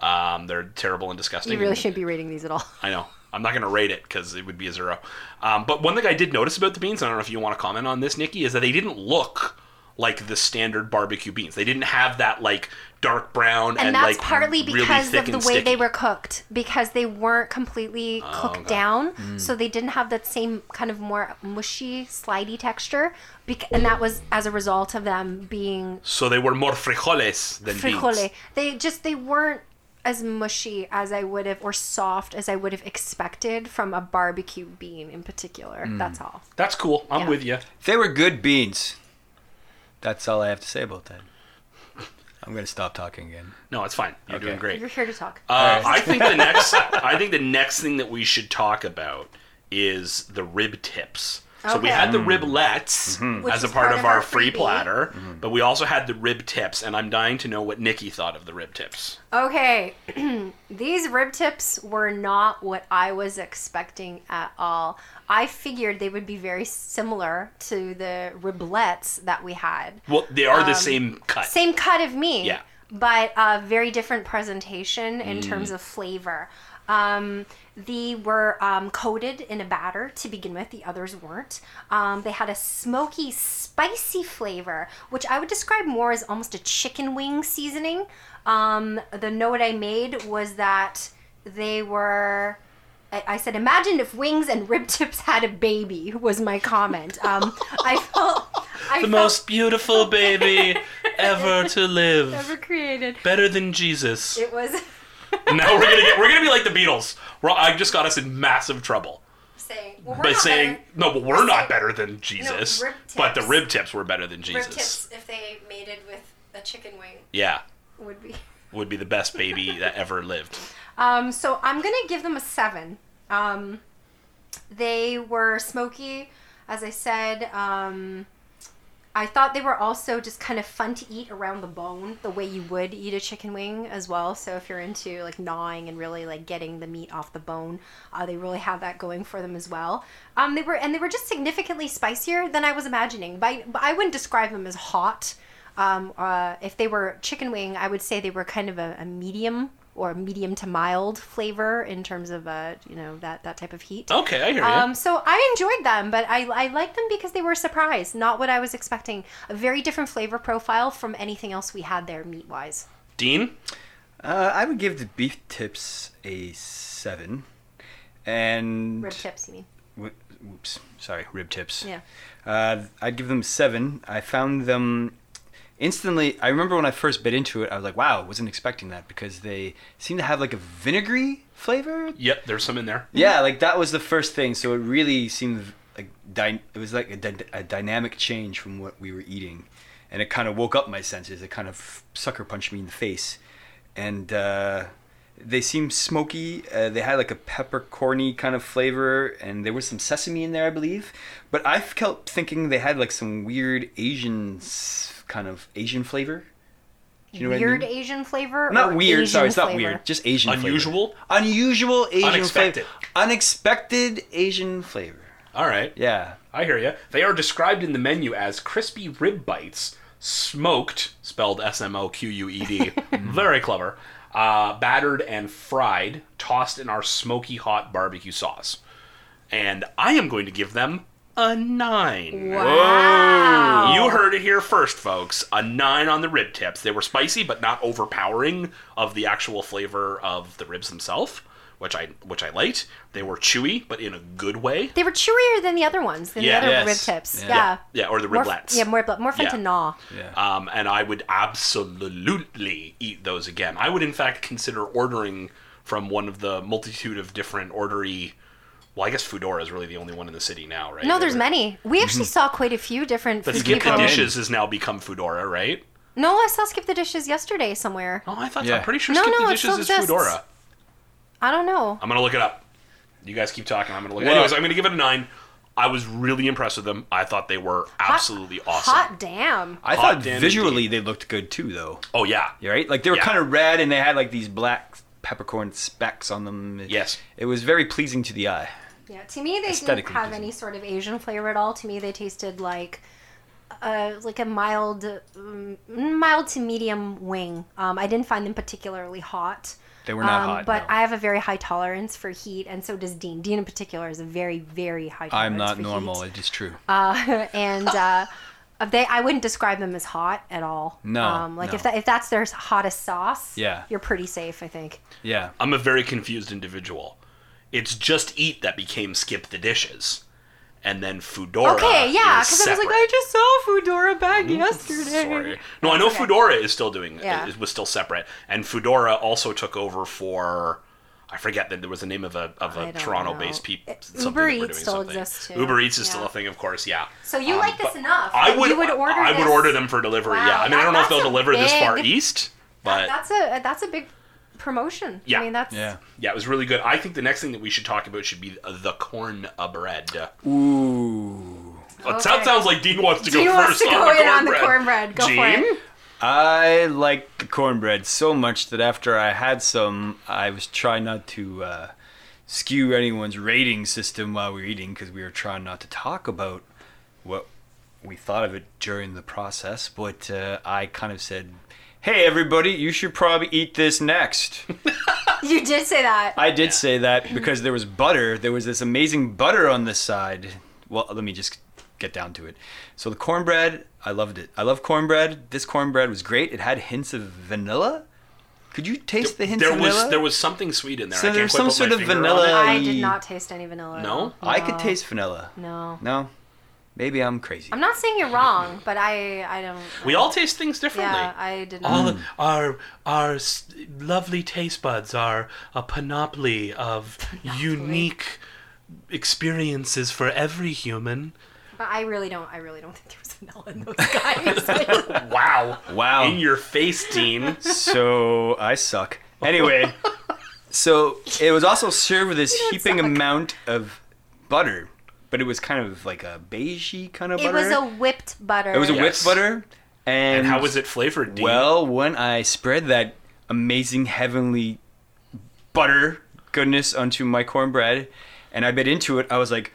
Speaker 4: Um, they're terrible and disgusting.
Speaker 3: You really
Speaker 4: and-
Speaker 3: shouldn't be rating these at all.
Speaker 4: I know. I'm not going to rate it because it would be a zero. Um, but one thing I did notice about the beans, I don't know if you want to comment on this, Nikki, is that they didn't look like the standard barbecue beans. They didn't have that like dark brown and,
Speaker 3: and, that's
Speaker 4: like
Speaker 3: partly
Speaker 4: really
Speaker 3: because
Speaker 4: thick
Speaker 3: of the way
Speaker 4: and
Speaker 3: they
Speaker 4: sticky.
Speaker 3: were cooked because they weren't completely
Speaker 5: Oh,
Speaker 3: cooked
Speaker 4: okay.
Speaker 3: down
Speaker 5: Mm.
Speaker 3: so they didn't have that same kind of more mushy slidey texture bec- and that was as a result of them being
Speaker 4: So they were more frijoles than
Speaker 3: frijole
Speaker 4: beans.
Speaker 3: they just they weren't as mushy as i would have or soft as i would have expected from a barbecue bean in particular
Speaker 4: Mm.
Speaker 3: that's all
Speaker 4: That's cool. I'm
Speaker 3: Yeah.
Speaker 4: with you.
Speaker 5: They were good beans. That's all I have to say about that. I'm gonna stop talking again.
Speaker 4: No, it's fine. You're
Speaker 5: Okay.
Speaker 4: doing great.
Speaker 3: you're here to talk
Speaker 4: Uh, I think the next I think the next thing that we should talk about is the rib tips. So we
Speaker 3: Okay.
Speaker 4: had the riblets
Speaker 3: Which
Speaker 4: as a
Speaker 3: is
Speaker 4: part, of, our free platter, but we also had the rib tips, and I'm dying to know what Nikki thought of the rib tips.
Speaker 3: Okay, [clears throat] these rib tips were not what I was expecting at all. I figured they would be very similar to the riblets that we had.
Speaker 4: Well, they are the same cut.
Speaker 3: Um, Same cut of meat,
Speaker 4: Yeah.
Speaker 3: but a very different presentation in terms of flavor. Um, they were um, coated in a batter to begin with, the others weren't. Um, they had a smoky, spicy flavor, which I would describe more as almost a chicken wing seasoning. Um, the note I made was that they were. I I said, imagine if wings and rib tips had a baby. Was my comment. Um, I felt I felt [laughs]
Speaker 4: beautiful baby ever to live,
Speaker 3: ever created.
Speaker 4: better than Jesus.
Speaker 3: It was
Speaker 4: [laughs] Now we're gonna get, we're gonna be like the Beatles. We're, I just got us in massive trouble.
Speaker 3: saying well, we're
Speaker 4: by
Speaker 3: not
Speaker 4: saying
Speaker 3: better.
Speaker 4: no, but we're not
Speaker 3: saying-
Speaker 4: better than Jesus.
Speaker 3: rib
Speaker 4: but the
Speaker 3: tips.
Speaker 4: rib tips were better than Jesus.
Speaker 3: rib tips if they mated with a chicken wing
Speaker 4: Yeah,
Speaker 3: would be.
Speaker 4: would be the best baby that ever lived.
Speaker 3: Um, so I'm gonna give them a seven. Um, they were smoky, as I said. Um, I thought they were also just kind of fun to eat around the bone, the way you would eat a chicken wing as well. So if you're into like gnawing and really like getting the meat off the bone, uh, they really have that going for them as well. Um, they were and they were just significantly spicier than I was imagining. But I, but I wouldn't describe them as hot. Um, uh, if they were chicken wing, I would say they were kind of a, a medium or medium to mild flavor in terms of uh, you know that that type of heat.
Speaker 4: Okay, I hear you.
Speaker 3: Um, so I enjoyed them, but I, I liked them because they were a surprise, not what I was expecting. A very different flavor profile from anything else we had there, meat wise.
Speaker 4: Dean,
Speaker 5: Uh, I would give the beef tips a seven, and
Speaker 3: Rib tips, you mean?
Speaker 5: Wh- whoops, sorry, rib tips.
Speaker 3: Yeah.
Speaker 5: Uh, I'd give them seven. I found them instantly. I remember when I first bit into it, I was like, "Wow, wasn't expecting that," because they seem to have like a vinegary flavor.
Speaker 4: yep, there's some in there.
Speaker 5: [laughs] Yeah, like that was the first thing. So it really seemed like dy- it was like a, dy- a dynamic change from what we were eating, and it kind of woke up my senses. It kind of sucker punched me in the face, and uh, they seemed smoky. Uh, they had like a peppercorny kind of flavor, and there was some sesame in there, I believe. But I kept thinking they had like some weird Asian s- kind of Asian flavor. Do you know
Speaker 3: weird
Speaker 5: what I mean?
Speaker 3: Asian flavor?
Speaker 5: not
Speaker 3: or
Speaker 5: weird. sorry,
Speaker 3: Asian
Speaker 5: it's not
Speaker 3: flavor?
Speaker 5: weird. Just Asian. flavor.
Speaker 4: Unusual?
Speaker 5: Unusual Asian
Speaker 4: Unexpected.
Speaker 5: flavor. Unexpected Asian flavor.
Speaker 4: All right,
Speaker 5: Yeah.
Speaker 4: I hear you. They are described in the menu as crispy rib bites, smoked, spelled S M O Q U E D, very clever, uh, battered and fried, tossed in our smoky hot barbecue sauce. And I am going to give them a nine.
Speaker 3: Wow.
Speaker 4: You heard it here here first, folks. A nine on the rib tips. They were spicy, but not overpowering of the actual flavor of the ribs themselves, which I which I liked. They were chewy, but in a good way.
Speaker 3: They were chewier than the other ones, than
Speaker 4: Yeah.
Speaker 3: the
Speaker 5: Yes.
Speaker 3: other rib tips.
Speaker 5: Yeah.
Speaker 3: Yeah.
Speaker 4: Yeah, or the
Speaker 3: More f-
Speaker 4: riblets.
Speaker 3: yeah, more bl- more fun to
Speaker 4: Yeah.
Speaker 3: gnaw.
Speaker 5: Yeah.
Speaker 4: Um, and I would absolutely eat those again. I would, in fact, consider ordering from one of the multitude of different ordery. Well, I guess Foodora is really the only one in the city now, right?
Speaker 3: No, there's
Speaker 4: They were-
Speaker 3: many. We
Speaker 5: Mm-hmm.
Speaker 3: actually saw quite a few different
Speaker 4: But
Speaker 3: food
Speaker 4: Skip the
Speaker 3: people.
Speaker 5: Dish-
Speaker 4: Dishes has now become Foodora, right?
Speaker 3: No, I saw Skip the Dishes yesterday somewhere.
Speaker 4: Oh, I thought
Speaker 5: Yeah.
Speaker 4: I'm pretty sure
Speaker 3: No,
Speaker 4: Skip
Speaker 3: no,
Speaker 4: the
Speaker 3: it
Speaker 4: Dishes
Speaker 3: still
Speaker 4: is
Speaker 3: exists.
Speaker 4: Foodora.
Speaker 3: I don't know.
Speaker 4: I'm gonna look it up. You guys keep talking. I'm gonna look. it
Speaker 5: Well-
Speaker 4: Anyways, I'm gonna give it a nine. I was really impressed with them. I thought they were absolutely
Speaker 3: hot,
Speaker 4: awesome.
Speaker 3: Hot damn.
Speaker 5: I
Speaker 4: Hot
Speaker 5: thought
Speaker 4: damn
Speaker 5: visually they looked good too, though.
Speaker 4: Oh yeah,
Speaker 5: Yeah, right? Like they were
Speaker 4: Yeah.
Speaker 5: kind of red and they had like these black peppercorn specks on them. It-
Speaker 4: Yes.
Speaker 5: It was very pleasing to the eye.
Speaker 3: Yeah, to me they didn't
Speaker 5: Aesthetically
Speaker 3: have
Speaker 5: pleasing.
Speaker 3: any sort of Asian flavor at all. To me they tasted like uh, like a mild, um, mild to medium wing. Um, I didn't find them particularly hot.
Speaker 5: They were not
Speaker 3: um,
Speaker 5: hot,
Speaker 3: But
Speaker 5: no.
Speaker 3: I have a very high tolerance for heat, and so does Dean. Dean in particular is a very, very high. tolerance
Speaker 5: I'm not
Speaker 3: for
Speaker 5: normal,
Speaker 3: heat.
Speaker 5: it is true.
Speaker 3: [laughs] and uh, they I wouldn't describe them as hot at all.
Speaker 5: No,
Speaker 3: um, like
Speaker 5: no.
Speaker 3: if that if that's their hottest sauce,
Speaker 5: Yeah.
Speaker 3: you're pretty safe, I think.
Speaker 5: yeah.
Speaker 4: I'm a very confused individual. It's just eat that became skip the dishes, and then
Speaker 5: uh,
Speaker 4: Foodora.
Speaker 3: Okay, yeah,
Speaker 4: is
Speaker 3: because I was like,
Speaker 4: separate.
Speaker 3: I just saw Foodora back yesterday.
Speaker 4: Sorry. No, I know
Speaker 3: okay.
Speaker 4: Foodora is still doing.
Speaker 3: Yeah.
Speaker 4: It was still separate, and Foodora also took over for. I forget that there was the name of a of
Speaker 3: I
Speaker 4: a
Speaker 3: don't
Speaker 4: Toronto-based
Speaker 3: know.
Speaker 4: peop-
Speaker 3: It-
Speaker 4: something
Speaker 3: Uber
Speaker 4: that
Speaker 3: Eats
Speaker 4: we're doing
Speaker 3: still
Speaker 4: something.
Speaker 3: exists, too.
Speaker 4: Uber Eats is still
Speaker 3: Yeah.
Speaker 4: a thing, of course. Yeah.
Speaker 3: So you
Speaker 4: Um,
Speaker 3: like this
Speaker 4: but
Speaker 3: enough?
Speaker 4: I
Speaker 3: that
Speaker 4: would.
Speaker 3: You would order.
Speaker 4: I would
Speaker 3: this?
Speaker 4: order them for delivery.
Speaker 3: Wow,
Speaker 4: yeah. I mean, I don't know if
Speaker 3: that's
Speaker 4: they'll
Speaker 3: a
Speaker 4: deliver this far
Speaker 3: big-
Speaker 4: east, but
Speaker 3: That's a that's a big promotion.
Speaker 4: Yeah.
Speaker 3: I mean that's
Speaker 5: Yeah.
Speaker 4: yeah, it was really good. I think the next thing that we should talk about should be the corn bread.
Speaker 5: Ooh.
Speaker 4: Well, That
Speaker 3: Okay.
Speaker 4: sounds like Dean wants to
Speaker 3: Do you
Speaker 4: go
Speaker 3: want us
Speaker 4: first
Speaker 3: to go
Speaker 4: on, the
Speaker 3: in on the
Speaker 4: cornbread.
Speaker 3: cornbread? Go for
Speaker 4: Gene?
Speaker 3: it.
Speaker 5: I liked the cornbread so much that after I had some, I was trying not to uh, skew anyone's rating system while we were eating because we were trying not to talk about what we thought of it during the process. But uh, I kind of said, "Hey, everybody, you should probably eat this next."
Speaker 3: You did say that.
Speaker 5: I did say
Speaker 3: [clears throat]
Speaker 5: that because there was butter. There was this amazing butter on this side. Well, let me just get down to it. So the cornbread, I loved it. I love cornbread. This cornbread was great. It had hints of vanilla. Could you taste the hints
Speaker 4: There
Speaker 5: of
Speaker 4: was
Speaker 5: vanilla?
Speaker 4: there was something sweet in there.
Speaker 5: So
Speaker 4: I can't
Speaker 5: there's
Speaker 4: quite
Speaker 5: some
Speaker 4: put my
Speaker 5: sort of
Speaker 4: finger on
Speaker 5: vanilla-
Speaker 4: it.
Speaker 3: I did not taste any vanilla. at
Speaker 4: No?
Speaker 3: all.
Speaker 5: I could taste vanilla.
Speaker 3: No.
Speaker 5: No. Maybe I'm crazy.
Speaker 3: I'm not saying you're wrong, but I I don't.
Speaker 4: We all taste things differently.
Speaker 3: Yeah, I did not.
Speaker 1: All our our s- lovely taste buds are a panoply of unique experiences for every human.
Speaker 3: But I really don't. I really don't think there was vanilla in those
Speaker 4: [laughs]
Speaker 3: guys.
Speaker 4: Wow.
Speaker 5: Wow.
Speaker 4: In your face,
Speaker 5: [laughs]
Speaker 4: Dean.
Speaker 5: so I suck.
Speaker 3: [laughs]
Speaker 5: Anyway, so it was also served with this
Speaker 3: don't
Speaker 5: heaping
Speaker 3: suck.
Speaker 5: amount of butter, but it was kind of like a beigey kind of
Speaker 3: it
Speaker 5: butter.
Speaker 3: was a whipped butter.
Speaker 5: It was a
Speaker 4: Yeah. Yes.
Speaker 5: whipped butter. And,
Speaker 4: And how was it flavored, Dean?
Speaker 5: Well, when I spread that amazing heavenly butter goodness onto my cornbread and I bit into it, I was like,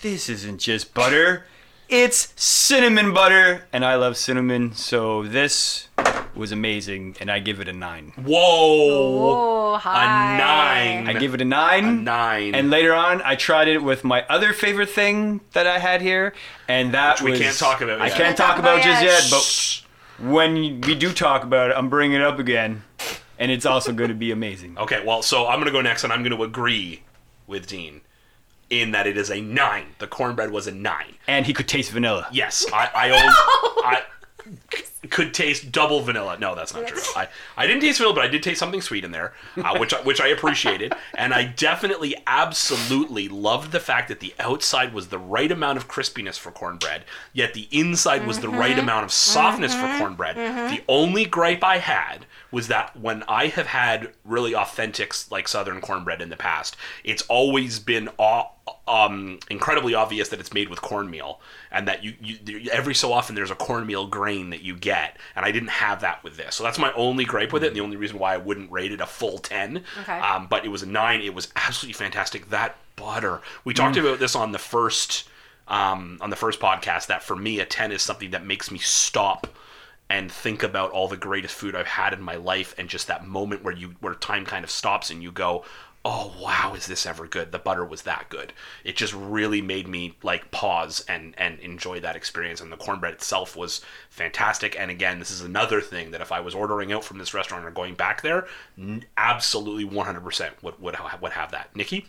Speaker 5: this isn't just butter, it's cinnamon butter. And I love cinnamon, so this was amazing. And I give it a nine.
Speaker 4: Whoa.
Speaker 3: Oh, hi.
Speaker 4: nine.
Speaker 5: I give it a nine.
Speaker 4: Nine.
Speaker 5: And later on, I tried it with my other favorite thing that I had here, and that
Speaker 4: Which we
Speaker 5: was
Speaker 4: can't talk about
Speaker 5: I
Speaker 4: yet.
Speaker 5: can't
Speaker 3: Can't
Speaker 5: talk
Speaker 3: talk
Speaker 5: about
Speaker 3: about
Speaker 5: just yet,
Speaker 3: yet.
Speaker 5: but when we do talk about it, I'm bringing it up again, and it's also going to be amazing.
Speaker 4: okay. Well, so I'm gonna go next, and I'm gonna agree with Dean in that it is a nine. The cornbread was a nine.
Speaker 5: And he could taste vanilla.
Speaker 4: Yes, I I, always, I c- could taste double vanilla. No, that's not true. I, I didn't taste vanilla, but I did taste something sweet in there, uh, which I- which I appreciated, and I definitely, absolutely loved the fact that the outside was the right amount of crispiness for cornbread, yet the inside was the right amount of softness for cornbread. The only gripe I had was that when I have had really authentic like southern cornbread in the past, it's always been all um, incredibly obvious that it's made with cornmeal and that you, you there- every so often there's a cornmeal grain that you get and i didn't have that with this so that's my only gripe with it and the only reason why i wouldn't rate it a full 10
Speaker 3: Okay.
Speaker 4: um, but it was a 9 it was absolutely fantastic that butter we talked about this on the first um, on the first podcast that for me a 10 is something that makes me stop and think about all the greatest food I've had in my life and just that moment where you where time kind of stops and you go oh wow, is this ever good? The butter was that good. It just really made me like pause and and enjoy that experience. And the cornbread itself was fantastic. And again, this is another thing that if I was ordering out from this restaurant or going back there, n- absolutely 100% would would ha- would have that. Nikki.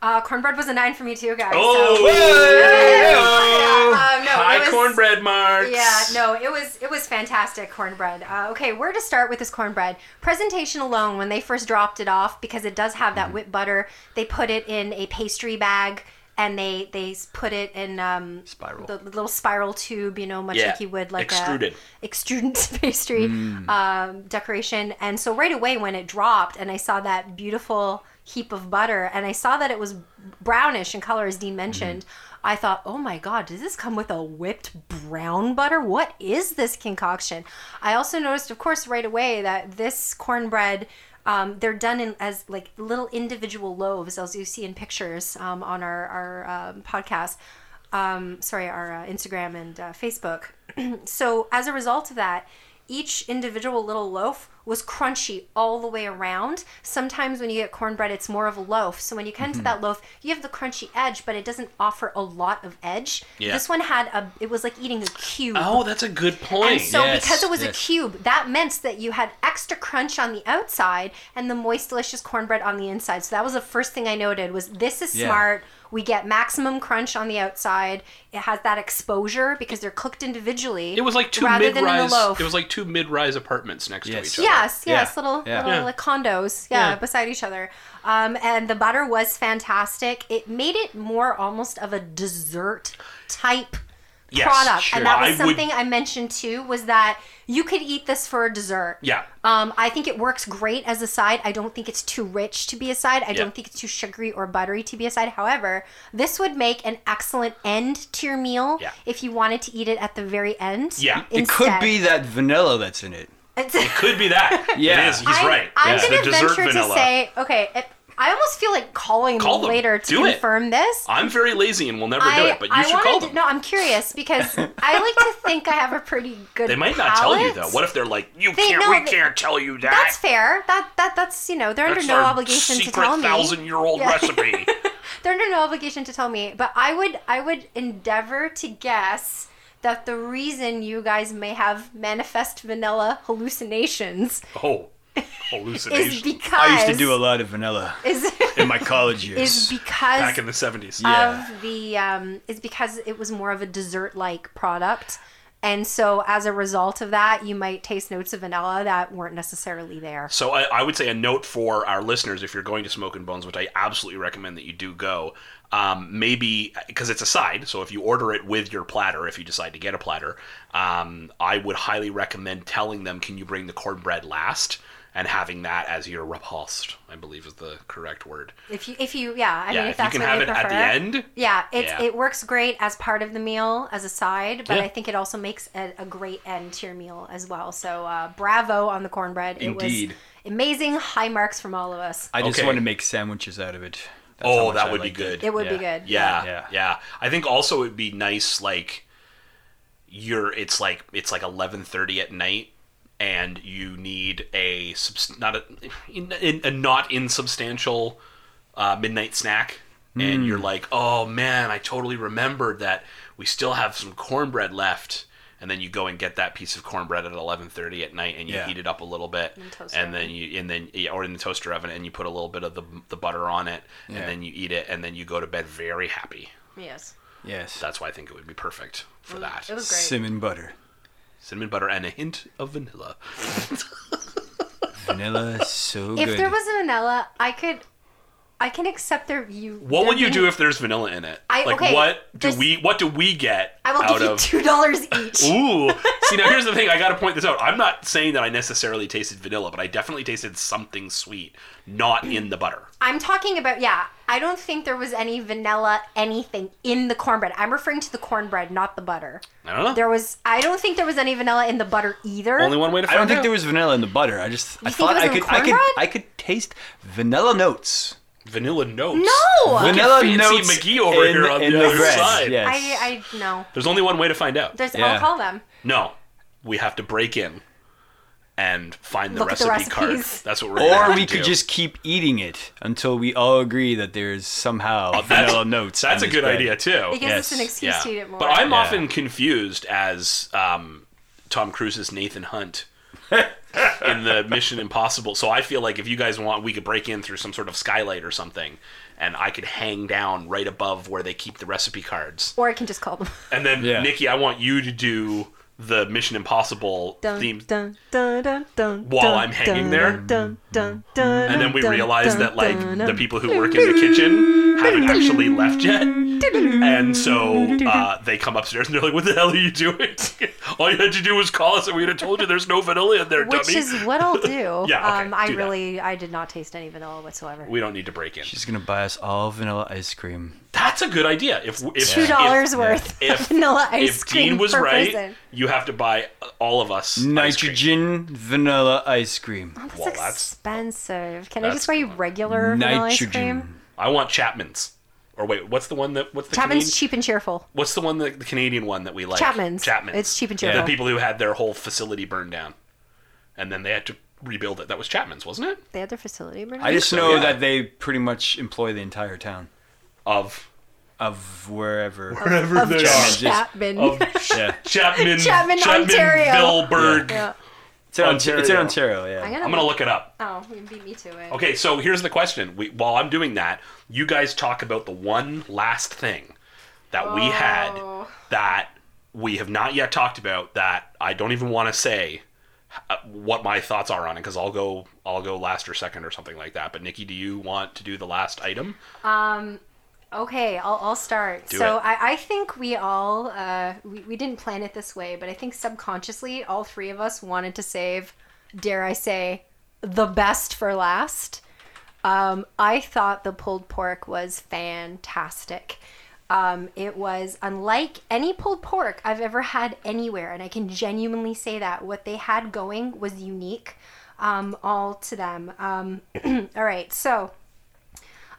Speaker 3: Uh, cornbread was a nine for me too, guys.
Speaker 4: Oh,
Speaker 3: so- [laughs] Yeah, um, no, it
Speaker 4: high
Speaker 3: was-
Speaker 4: cornbread marks.
Speaker 3: Yeah, no, it was it was fantastic cornbread. Uh, okay, where to start with this cornbread? Presentation alone, when they first dropped it off, because it does have that whipped butter, they put it in a pastry bag and they they s- put it in um,
Speaker 5: Spiral.
Speaker 3: the little spiral tube, you know, much
Speaker 4: Yeah,
Speaker 3: like you would like
Speaker 4: extruded. Mm.
Speaker 3: a extruded [laughs] pastry um, decoration. And so right away when it dropped, and I saw that beautiful heap of butter, and I saw that it was brownish in color, as Dean mentioned.
Speaker 4: Mm-hmm.
Speaker 3: I thought, oh my God, does this come with a whipped brown butter? What is this concoction? I also noticed, of course, right away that this cornbread, um, they're done in as like little individual loaves, as you see in pictures um, on our, our um, podcast um, sorry, our uh, Instagram and uh, Facebook. [clears throat] so as a result of that, each individual little loaf was crunchy all the way around. Sometimes when you get cornbread, it's more of a loaf. So when you come to
Speaker 4: Mm-hmm.
Speaker 3: that loaf, you have the crunchy edge, but it doesn't offer a lot of edge.
Speaker 4: Yeah.
Speaker 3: This one had a. It was like eating a cube.
Speaker 4: Oh, that's a good point.
Speaker 3: And so,
Speaker 5: Yes,
Speaker 3: because it was
Speaker 5: yes.
Speaker 3: a cube, that meant that you had extra crunch on the outside and the moist, delicious cornbread on the inside. So that was the first thing I noted was this is
Speaker 5: Yeah.
Speaker 3: smart. We get maximum crunch on the outside. It has that exposure because they're cooked individually.
Speaker 4: It was like two
Speaker 3: rather
Speaker 4: mid
Speaker 3: than in a
Speaker 4: rise.
Speaker 3: loaf.
Speaker 4: It was like two mid rise apartments next
Speaker 5: Yes.
Speaker 4: to each other.
Speaker 3: Yes, yes,
Speaker 5: Yeah.
Speaker 3: little
Speaker 5: Yeah.
Speaker 3: little
Speaker 5: Yeah.
Speaker 3: like condos, yeah,
Speaker 4: Yeah.
Speaker 3: beside each other. Um, and the butter was fantastic. It made it more almost of a dessert type
Speaker 4: Yes,
Speaker 3: product,
Speaker 4: sure.
Speaker 3: and that was
Speaker 4: I would-
Speaker 3: something I mentioned too. Was that you could eat this for a dessert?
Speaker 4: Yeah.
Speaker 3: Um, I think it works great as a side. I don't think it's too rich to be a side. I
Speaker 4: Yeah.
Speaker 3: don't think it's too sugary or buttery to be a side. However, this would make an excellent end to your meal
Speaker 4: Yeah.
Speaker 3: if you wanted to eat it at the very end.
Speaker 4: Yeah.
Speaker 5: It could be that vanilla that's in it.
Speaker 3: [laughs] It
Speaker 4: Could be [laughs] that.
Speaker 5: Yeah.
Speaker 4: It is. He's
Speaker 3: I'm,
Speaker 4: right.
Speaker 3: I'm
Speaker 4: It's
Speaker 3: gonna
Speaker 4: the dessert
Speaker 3: venture
Speaker 4: vanilla.
Speaker 3: to say, okay, it, I almost feel like calling
Speaker 4: Call
Speaker 3: them
Speaker 4: them.
Speaker 3: later to
Speaker 4: Do it.
Speaker 3: confirm this.
Speaker 4: I'm very lazy and will never do it, but you
Speaker 3: I
Speaker 4: should
Speaker 3: wanna
Speaker 4: call
Speaker 3: d-
Speaker 4: them.
Speaker 3: No, I'm curious
Speaker 4: [laughs]
Speaker 3: because I like to think I have a pretty good.
Speaker 4: they might not tell you
Speaker 3: palate.
Speaker 4: though. What if they're like, you
Speaker 3: They-
Speaker 4: can't,
Speaker 3: no,
Speaker 4: we
Speaker 3: they-
Speaker 4: can't tell you that.
Speaker 3: That's fair. That that that's you know they're
Speaker 4: That's
Speaker 3: under no
Speaker 4: our
Speaker 3: obligation to
Speaker 4: secret
Speaker 3: tell me.
Speaker 4: thousand year old
Speaker 3: Yeah. [laughs]
Speaker 4: recipe.
Speaker 3: They're under no obligation to tell me, but I would I would endeavor to guess that the reason you guys may have manifest vanilla hallucinations
Speaker 4: Oh,
Speaker 3: is
Speaker 4: hallucination.
Speaker 3: because
Speaker 5: I used to do a lot of vanilla
Speaker 4: [laughs]
Speaker 3: is
Speaker 5: in my
Speaker 3: [laughs]
Speaker 5: college years.
Speaker 3: is because
Speaker 4: Back in the 70s.
Speaker 5: Yeah.
Speaker 3: of the um, is because it was more of a dessert like product. And so as a result of that, you might taste notes of vanilla that weren't necessarily there.
Speaker 4: So I, I would say a note for our listeners: if you're going to Smoke and Bones, which I absolutely recommend that you do go, um, maybe because it's a side. So if you order it with your platter, if you decide to get a platter, um, I would highly recommend telling them, "Can you bring the cornbread last?" and having that as your repulsed, I believe is the correct word.
Speaker 3: If you if you yeah, I
Speaker 4: yeah,
Speaker 3: mean if
Speaker 4: if
Speaker 3: that's
Speaker 4: you can
Speaker 3: what
Speaker 4: have
Speaker 3: you
Speaker 4: it
Speaker 3: prefer.
Speaker 4: at the end.
Speaker 3: Yeah, it's
Speaker 4: Yeah.
Speaker 3: it works great as part of the meal as a side, but
Speaker 4: Yeah.
Speaker 3: I think it also makes a, a great end to your meal as well. So uh, bravo on the cornbread.
Speaker 5: Indeed.
Speaker 3: It was amazing high marks from all of us.
Speaker 5: I just
Speaker 4: Okay.
Speaker 5: want to make sandwiches out of it. That's how
Speaker 4: Oh,
Speaker 5: much
Speaker 4: that
Speaker 5: I
Speaker 4: would be
Speaker 5: liked it.
Speaker 4: good.
Speaker 3: it would be
Speaker 5: yeah.
Speaker 3: good.
Speaker 4: Yeah,
Speaker 5: Yeah.
Speaker 4: yeah, I think also it'd be nice like you're it's like it's like 11:30 at night and you need a subs- not a, in- in- a not insubstantial uh, midnight snack
Speaker 5: Mm.
Speaker 4: and you're like, "Oh man, I totally remembered that we still have some cornbread left." And then you go and get that piece of cornbread at 11:30 at night, and you
Speaker 5: Yeah.
Speaker 4: heat it up a little bit,
Speaker 3: the toaster
Speaker 4: and then you and then yeah, or in the toaster oven, and you put a little bit of the, the butter on it,
Speaker 5: Yeah.
Speaker 4: and then you eat it, and then you go to bed very happy.
Speaker 3: Yes.
Speaker 5: Yes.
Speaker 4: That's why I think it would be perfect for that.
Speaker 3: Mm, It was great.
Speaker 5: Cinnamon butter.
Speaker 4: Cinnamon butter and a hint of vanilla.
Speaker 5: Vanilla is so
Speaker 3: if
Speaker 5: good.
Speaker 3: there was vanilla, I could I can accept their you
Speaker 4: What
Speaker 3: there
Speaker 4: would you
Speaker 3: being-
Speaker 4: do if there's vanilla in it?
Speaker 3: I-
Speaker 4: like
Speaker 3: okay,
Speaker 4: what do
Speaker 3: this-
Speaker 4: we what do we get
Speaker 3: I will
Speaker 4: out
Speaker 3: give you
Speaker 4: of
Speaker 3: two dollars each.
Speaker 4: [laughs] Ooh. See now here's the thing, I gotta point this out. I'm not saying that I necessarily tasted vanilla, but I definitely tasted something sweet, not in the butter.
Speaker 3: I'm talking about yeah. I don't think there was any vanilla anything in the cornbread. I'm referring to the cornbread, not the butter.
Speaker 4: I don't know.
Speaker 3: There was I don't think there was any vanilla in the butter either.
Speaker 4: Only one way to
Speaker 5: I
Speaker 4: find
Speaker 5: don't think
Speaker 4: out.
Speaker 5: there was vanilla in the butter. I just I
Speaker 3: think
Speaker 5: thought
Speaker 3: it was
Speaker 5: I
Speaker 3: in
Speaker 5: could
Speaker 3: the
Speaker 5: I could
Speaker 3: cornbread?
Speaker 5: I could taste vanilla notes.
Speaker 4: vanilla notes.
Speaker 3: No.
Speaker 5: vanilla
Speaker 4: fancy
Speaker 5: notes
Speaker 4: McGee over
Speaker 5: in,
Speaker 4: here on
Speaker 5: in
Speaker 4: the other
Speaker 5: bread.
Speaker 4: side.
Speaker 5: Yes.
Speaker 3: I I no.
Speaker 4: There's only one way to find out.
Speaker 3: There's
Speaker 5: Yeah.
Speaker 3: I'll call them.
Speaker 4: No. We have to break in and find the
Speaker 3: Look at the
Speaker 4: recipe card.
Speaker 3: recipes.
Speaker 4: That's what we're gonna
Speaker 5: Or
Speaker 4: have
Speaker 5: we
Speaker 4: to
Speaker 5: could
Speaker 4: do.
Speaker 5: just keep eating it until we all agree that there's somehow vanilla notes.
Speaker 4: Oh, That's
Speaker 5: on
Speaker 4: a
Speaker 5: this
Speaker 4: good
Speaker 5: bread.
Speaker 4: idea too.
Speaker 3: It gives us
Speaker 5: Yes,
Speaker 3: an excuse to eat it more.
Speaker 4: But I'm
Speaker 5: Yeah.
Speaker 4: often confused as um, Tom Cruise's Nathan
Speaker 5: [laughs]
Speaker 4: Hunt in the Mission Impossible. So I feel like if you guys want, we could break in through some sort of skylight or something, and I could hang down right above where they keep the recipe cards.
Speaker 3: or I can just call
Speaker 4: [laughs]
Speaker 3: them.
Speaker 4: And then
Speaker 5: Yeah.
Speaker 4: Nikki, I want you to do the Mission Impossible
Speaker 3: Dun,
Speaker 4: theme.
Speaker 3: dun, dun, dun, dun,
Speaker 4: While
Speaker 3: dun,
Speaker 4: I'm
Speaker 3: dun,
Speaker 4: hanging there.
Speaker 3: dun, dun, dun,
Speaker 4: And then we
Speaker 3: dun,
Speaker 4: realize
Speaker 3: dun,
Speaker 4: that like
Speaker 3: dun,
Speaker 4: the
Speaker 3: dun.
Speaker 4: people who work in the kitchen haven't actually left yet. And so uh, they come upstairs and they're like, "What the hell are you doing? [laughs] All you had to do was call us, and we'd have told you there's no vanilla in there,
Speaker 3: Which
Speaker 4: dummy."
Speaker 3: is what I'll do.
Speaker 4: [laughs] Yeah, okay,
Speaker 3: um, I
Speaker 4: do that.
Speaker 3: really, I did not taste any vanilla whatsoever.
Speaker 4: we don't need to break in.
Speaker 5: She's gonna buy us all vanilla ice cream.
Speaker 4: That's a good idea. If if
Speaker 3: Two dollars
Speaker 4: [laughs] if,
Speaker 3: worth
Speaker 4: if-
Speaker 3: of vanilla ice
Speaker 4: if
Speaker 3: cream
Speaker 4: Dean was
Speaker 3: per
Speaker 4: right,
Speaker 3: person.
Speaker 4: you have to buy uh, all of us ice cream.
Speaker 5: Nitrogen vanilla ice cream.
Speaker 3: Oh, That's
Speaker 4: Well, that's-
Speaker 3: expensive. Can I
Speaker 4: that's
Speaker 3: just buy you regular vanilla ice cream?
Speaker 5: Nitrogen.
Speaker 4: I want Chapman's. Or wait, what's the one that what's the
Speaker 3: Chapman's
Speaker 4: Canadian-
Speaker 3: cheap and cheerful.
Speaker 4: What's the one that the Canadian one that we like?
Speaker 3: Chapman's.
Speaker 4: Chapman's.
Speaker 3: It's cheap and
Speaker 4: The
Speaker 3: cheerful.
Speaker 4: people who had their whole facility burned down, and then they had to rebuild it. That was Chapman's, wasn't it?
Speaker 3: They had their facility. burned
Speaker 5: I
Speaker 3: down?
Speaker 5: just
Speaker 4: so,
Speaker 5: know
Speaker 4: yeah.
Speaker 5: that they pretty much employ the entire town
Speaker 4: Of
Speaker 5: of wherever.
Speaker 4: wherever
Speaker 3: of
Speaker 5: Chapman's.
Speaker 4: [laughs]
Speaker 3: Chapman.
Speaker 4: Of
Speaker 5: yeah,
Speaker 4: Chapman,
Speaker 3: Chapman, Ontario.
Speaker 4: Vilberg.
Speaker 3: Yeah.
Speaker 5: it's in Ontario. It's in
Speaker 4: Ontario.
Speaker 5: Ontario. Yeah.
Speaker 3: I'm gonna.
Speaker 4: I'm gonna look it up.
Speaker 3: Oh, you beat me to it.
Speaker 4: Okay, so here's the question. We, while I'm doing that, you guys talk about the one last thing that we had
Speaker 3: Oh.
Speaker 4: that we have not yet talked about that I don't even want to say uh, what my thoughts are on it because I'll go I'll go last or second or something like that. But Nikki, do you want to do the last item?
Speaker 3: Okay, I'll, I'll start.
Speaker 4: Do
Speaker 3: so
Speaker 4: it.
Speaker 3: I, I think we all, uh, we, we didn't plan it this way, but I think subconsciously all three of us wanted to save, dare I say, the best for last. Um, I thought the pulled pork was fantastic. Um, it was unlike any pulled pork I've ever had anywhere, and I can genuinely say that. What they had going was unique um, all to them. Um, [clears throat] all right, so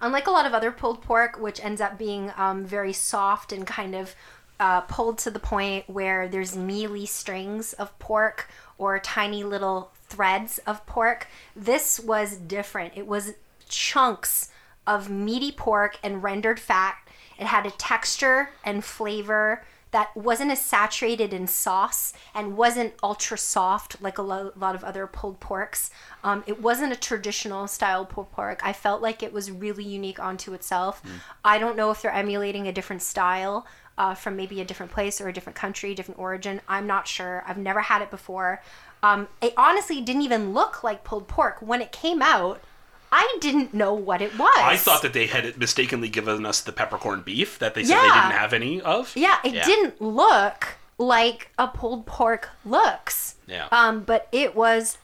Speaker 3: unlike a lot of other pulled pork, which ends up being um, very soft and kind of uh, pulled to the point where there's mealy strings of pork or tiny little threads of pork, this was different. It was chunks of meaty pork and rendered fat. It had a texture and flavor that wasn't as saturated in sauce and wasn't ultra soft like a lo- lot of other pulled porks. Um, it wasn't a traditional style pulled pork. I felt like it was really unique onto itself.
Speaker 4: Hmm.
Speaker 3: I don't know if they're emulating a different style uh, from maybe a different place or a different country, different origin. I'm not sure. I've never had it before. Um, it honestly didn't even look like pulled pork when it came out. I didn't know what it was.
Speaker 4: I thought that they had mistakenly given us the peppercorn beef that they said they
Speaker 3: Yeah.
Speaker 4: didn't have any of.
Speaker 3: Yeah, it didn't look like a pulled pork looks.
Speaker 4: Yeah.
Speaker 3: Um, but it was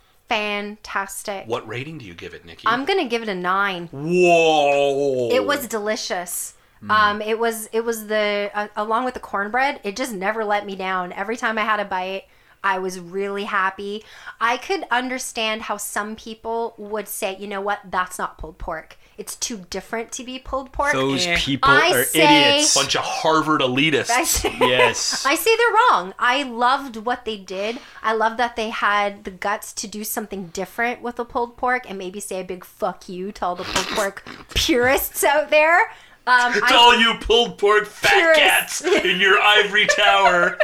Speaker 3: fantastic.
Speaker 4: What rating do you give it, Nikki?
Speaker 3: I'm gonna give it a nine.
Speaker 4: Whoa! Mm.
Speaker 3: It was delicious. Um, it was it was the uh, along with the cornbread, it just never let me down. Every time I had a bite, I was really happy. I could understand how some people would say, you know what, that's not pulled pork. It's too different to be pulled pork.
Speaker 5: Those
Speaker 4: Eh.
Speaker 5: people
Speaker 3: I
Speaker 5: are
Speaker 3: say-
Speaker 5: idiots.
Speaker 4: bunch of Harvard elitists.
Speaker 3: I say-
Speaker 5: [laughs] Yes.
Speaker 3: I say they're wrong. I loved what they did. I love that they had the guts to do something different with the pulled pork and maybe say a big fuck you to all the pulled
Speaker 4: [laughs]
Speaker 3: pork purists out there. Um,
Speaker 4: to
Speaker 3: I,
Speaker 4: all you pulled pork fat
Speaker 3: Purists.
Speaker 4: cats in your ivory tower.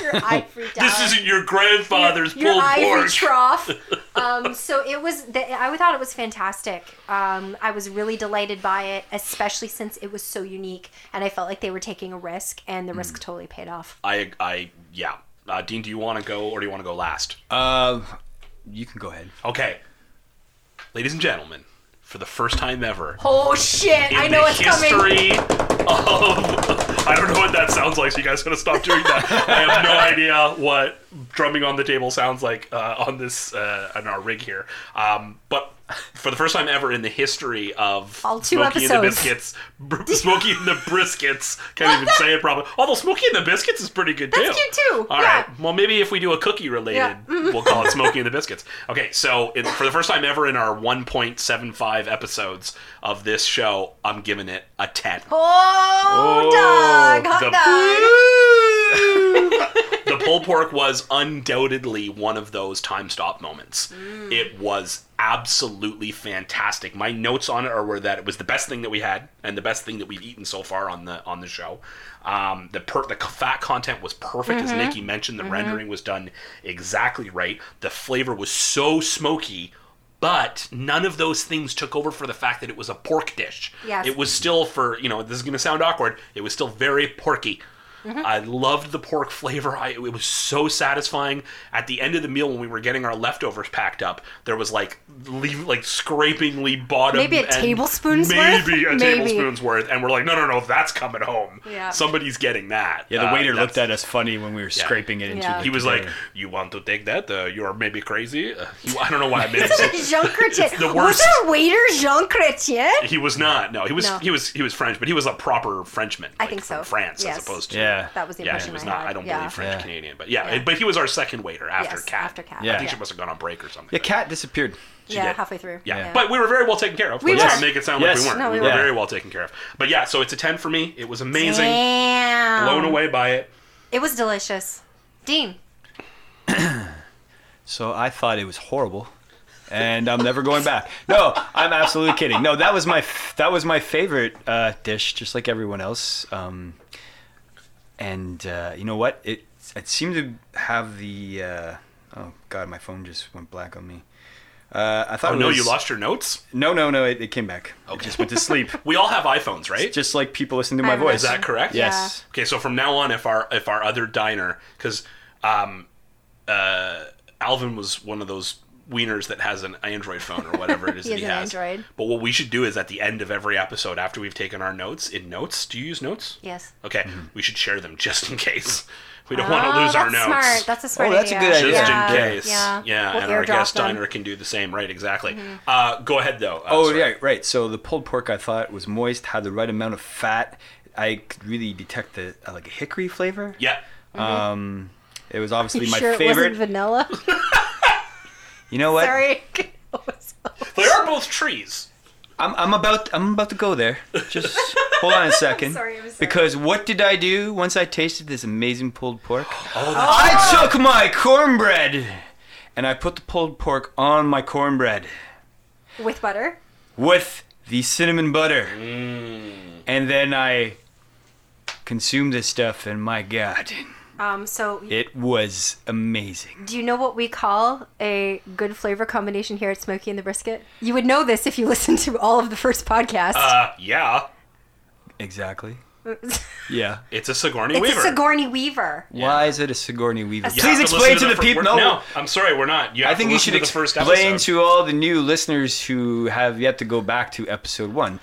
Speaker 3: your
Speaker 4: [laughs]
Speaker 3: ivory [laughs]
Speaker 4: This
Speaker 3: tower.
Speaker 4: isn't your grandfather's
Speaker 3: your
Speaker 4: pulled
Speaker 3: ivory
Speaker 4: pork. [laughs]
Speaker 3: trough. Um, so it was. The, I thought it was fantastic. Um, I was really delighted by it, especially since it was so unique, and I felt like they were taking a risk, and the
Speaker 4: Mm.
Speaker 3: risk totally paid off.
Speaker 4: I, I, yeah. Uh, Dean, do you want to go or do you want to go last?
Speaker 5: Uh, you can go ahead.
Speaker 4: Okay. Ladies and gentlemen, for the first time ever,
Speaker 3: Oh shit!
Speaker 4: in
Speaker 3: I know
Speaker 4: the
Speaker 3: it's coming.
Speaker 4: history [laughs] of. [laughs] I don't know what that sounds like, so you guys gotta stop doing that. I have
Speaker 3: [laughs]
Speaker 4: no idea what drumming on the table sounds like uh, on this uh, on our rig here. Um, but for the first time ever in the history of
Speaker 3: All two
Speaker 4: Smokey and the
Speaker 3: episodes.
Speaker 4: Biscuits, br- Smokey and the Briskets
Speaker 3: [laughs]
Speaker 4: can't even say it properly. Although Smokey and the Biscuits is pretty good
Speaker 3: That's
Speaker 4: too.
Speaker 3: cute, too.
Speaker 4: All
Speaker 3: Yeah.
Speaker 4: right. Well, maybe if we do a cookie related,
Speaker 3: Yeah. [laughs]
Speaker 4: we'll call it Smokey and the Biscuits. Okay, so in, for the first time ever in our 1.75 episodes of this show, I'm giving it a 10. Oh,
Speaker 3: Oh, dog, hot dog.
Speaker 4: the- [laughs] the pulled pork was undoubtedly one of those time stop moments. It was absolutely fantastic. My notes on it are were that it was the best thing that we had and the best thing that we've eaten so far on the on the show. Um, the per- the fat content was perfect, as Nikki mentioned. The rendering was done exactly right. The flavor was so smoky. But none of those things took over for the fact that it was a pork dish.
Speaker 3: Yes.
Speaker 4: It was still for, you know, this is going to sound awkward. It was still very porky.
Speaker 3: Mm-hmm.
Speaker 4: I loved the pork [laughs] flavor. I, it was so satisfying. At the end of the meal, when we were getting our leftovers packed up, there was like leave, like scrapingly bottom
Speaker 3: Maybe a
Speaker 4: end-
Speaker 3: tablespoon's worth?
Speaker 4: maybe a
Speaker 3: Maybe.
Speaker 4: tablespoon's worth, and we're like, no, no, no, that's coming home.
Speaker 3: Yeah.
Speaker 4: somebody's getting that.
Speaker 5: Yeah, the
Speaker 4: Uh,
Speaker 5: waiter looked
Speaker 4: that's-
Speaker 5: at us funny when we were scraping it into.
Speaker 3: Yeah.
Speaker 5: the
Speaker 4: He was like,
Speaker 5: container.
Speaker 4: "You want to take that? Uh, you are maybe crazy. Uh, you, I don't know why I made
Speaker 3: [laughs]
Speaker 4: it."
Speaker 3: Jean Chrétien.
Speaker 4: the
Speaker 3: Was
Speaker 4: worst.
Speaker 3: our waiter Jean Chrétien?
Speaker 4: He was not. No, he was.
Speaker 3: No.
Speaker 4: He was. He was French, but he was a proper Frenchman.
Speaker 3: I
Speaker 4: like,
Speaker 3: think
Speaker 4: from
Speaker 3: so.
Speaker 4: France,
Speaker 3: Yes.
Speaker 4: as opposed to
Speaker 5: Yeah.
Speaker 3: That was the
Speaker 4: yeah,
Speaker 3: impression
Speaker 4: he was
Speaker 3: I
Speaker 4: not.
Speaker 3: had.
Speaker 4: I don't
Speaker 3: yeah.
Speaker 4: believe French
Speaker 5: Yeah.
Speaker 4: Canadian, but yeah,
Speaker 3: Yeah.
Speaker 4: but he was our second waiter after
Speaker 3: Yes,
Speaker 4: Cat.
Speaker 3: after Kat.
Speaker 4: I think
Speaker 5: Yeah.
Speaker 4: she must have gone on break or something.
Speaker 5: "Yeah, cat disappeared."
Speaker 3: Yeah,
Speaker 4: did.
Speaker 3: halfway through.
Speaker 4: Yeah. but we were very well taken care of.
Speaker 3: We
Speaker 4: Let's not
Speaker 3: were.
Speaker 4: make it sound
Speaker 5: Yes.
Speaker 4: like we weren't.
Speaker 3: No,
Speaker 4: we
Speaker 3: we
Speaker 4: were
Speaker 5: were.
Speaker 4: very well taken care of. But yeah, so it's a ten for me. It was amazing.
Speaker 3: Damn.
Speaker 4: Blown away by it.
Speaker 3: It was delicious. Dean.
Speaker 5: So I thought it was horrible, and I'm never going back. No, I'm absolutely kidding. No, that was my f- that was my favorite uh, dish, just like everyone else. Um, and uh, you know what? It it seemed to have the uh, oh god, my phone just went black on me. Uh, I thought
Speaker 4: Oh
Speaker 5: it
Speaker 4: no,
Speaker 5: was-
Speaker 4: you lost your notes.
Speaker 5: No, no, no! It, it came back. It just went to sleep.
Speaker 4: We all have iPhones, right?
Speaker 5: just like people listening to my
Speaker 3: I'm
Speaker 5: voice.
Speaker 4: Is that correct?
Speaker 5: Yes.
Speaker 4: Okay, so from now on, if our if our other diner, because um, uh, Alvin was one of those wieners that has an Android phone or whatever it is
Speaker 3: [laughs] He has
Speaker 4: that he
Speaker 3: an
Speaker 4: has.
Speaker 3: Android.
Speaker 4: But what we should do is at the end of every episode, after we've taken our notes in notes, do you use notes?
Speaker 3: Yes.
Speaker 4: Okay,
Speaker 5: Mm-hmm.
Speaker 4: we should share them just in case. We don't
Speaker 3: Oh,
Speaker 4: want to lose
Speaker 3: that's
Speaker 4: our notes.
Speaker 3: smart. That's a smart
Speaker 5: Oh, that's a
Speaker 3: idea.
Speaker 5: good idea.
Speaker 4: just
Speaker 3: yeah.
Speaker 4: in case.
Speaker 3: Yeah.
Speaker 4: Yeah,
Speaker 3: We'll
Speaker 4: and our
Speaker 3: eardrop
Speaker 4: guest
Speaker 3: them. Mm-hmm.
Speaker 4: diner can do the same. Right, exactly. Uh, go ahead, though. Uh,
Speaker 5: Oh
Speaker 4: sorry.
Speaker 5: yeah, right. So the pulled pork I thought was moist, had the right amount of fat. I could really detect the uh, like a hickory flavor.
Speaker 4: Yeah.
Speaker 5: Um, it was obviously
Speaker 3: You
Speaker 5: my
Speaker 3: sure it
Speaker 5: favorite.
Speaker 3: wasn't vanilla? [laughs]
Speaker 5: you know what?
Speaker 4: [laughs]
Speaker 3: Sorry. [laughs]
Speaker 4: They are both trees.
Speaker 5: I'm, I'm about I'm about to go there.
Speaker 3: [laughs]
Speaker 5: Just hold on a 2nd
Speaker 3: sorry, uh, I'm sorry.
Speaker 5: Because what did I do once I tasted this amazing pulled pork?
Speaker 4: Oh,
Speaker 5: I took my cornbread and I put the pulled pork on my cornbread
Speaker 3: With butter.
Speaker 5: with the cinnamon butter,
Speaker 4: Mm.
Speaker 5: and then I consumed this stuff, and my God,
Speaker 3: Um, so
Speaker 5: it was amazing.
Speaker 3: do you know what we call a good flavor combination here at Smoky and the Brisket? You would know this if you [laughs] listened to all of the first podcast.
Speaker 4: Uh, yeah.
Speaker 5: Exactly.
Speaker 4: Uh,
Speaker 3: [laughs] it's
Speaker 5: Yeah.
Speaker 4: It's a Sigourney
Speaker 3: a
Speaker 4: Weaver.
Speaker 3: Sigourney Weaver.
Speaker 5: Why is it a Sigourney Weaver?
Speaker 3: You
Speaker 4: You have
Speaker 5: Please explain
Speaker 4: listen
Speaker 5: to the,
Speaker 4: fir-
Speaker 5: people.
Speaker 4: we're-
Speaker 5: No,
Speaker 4: No, I'm sorry, we're not. You have
Speaker 5: I think
Speaker 4: to
Speaker 5: you
Speaker 4: listen
Speaker 5: should
Speaker 4: to the first
Speaker 5: explain
Speaker 4: episode.
Speaker 5: to all the new listeners who have yet to go back to episode one.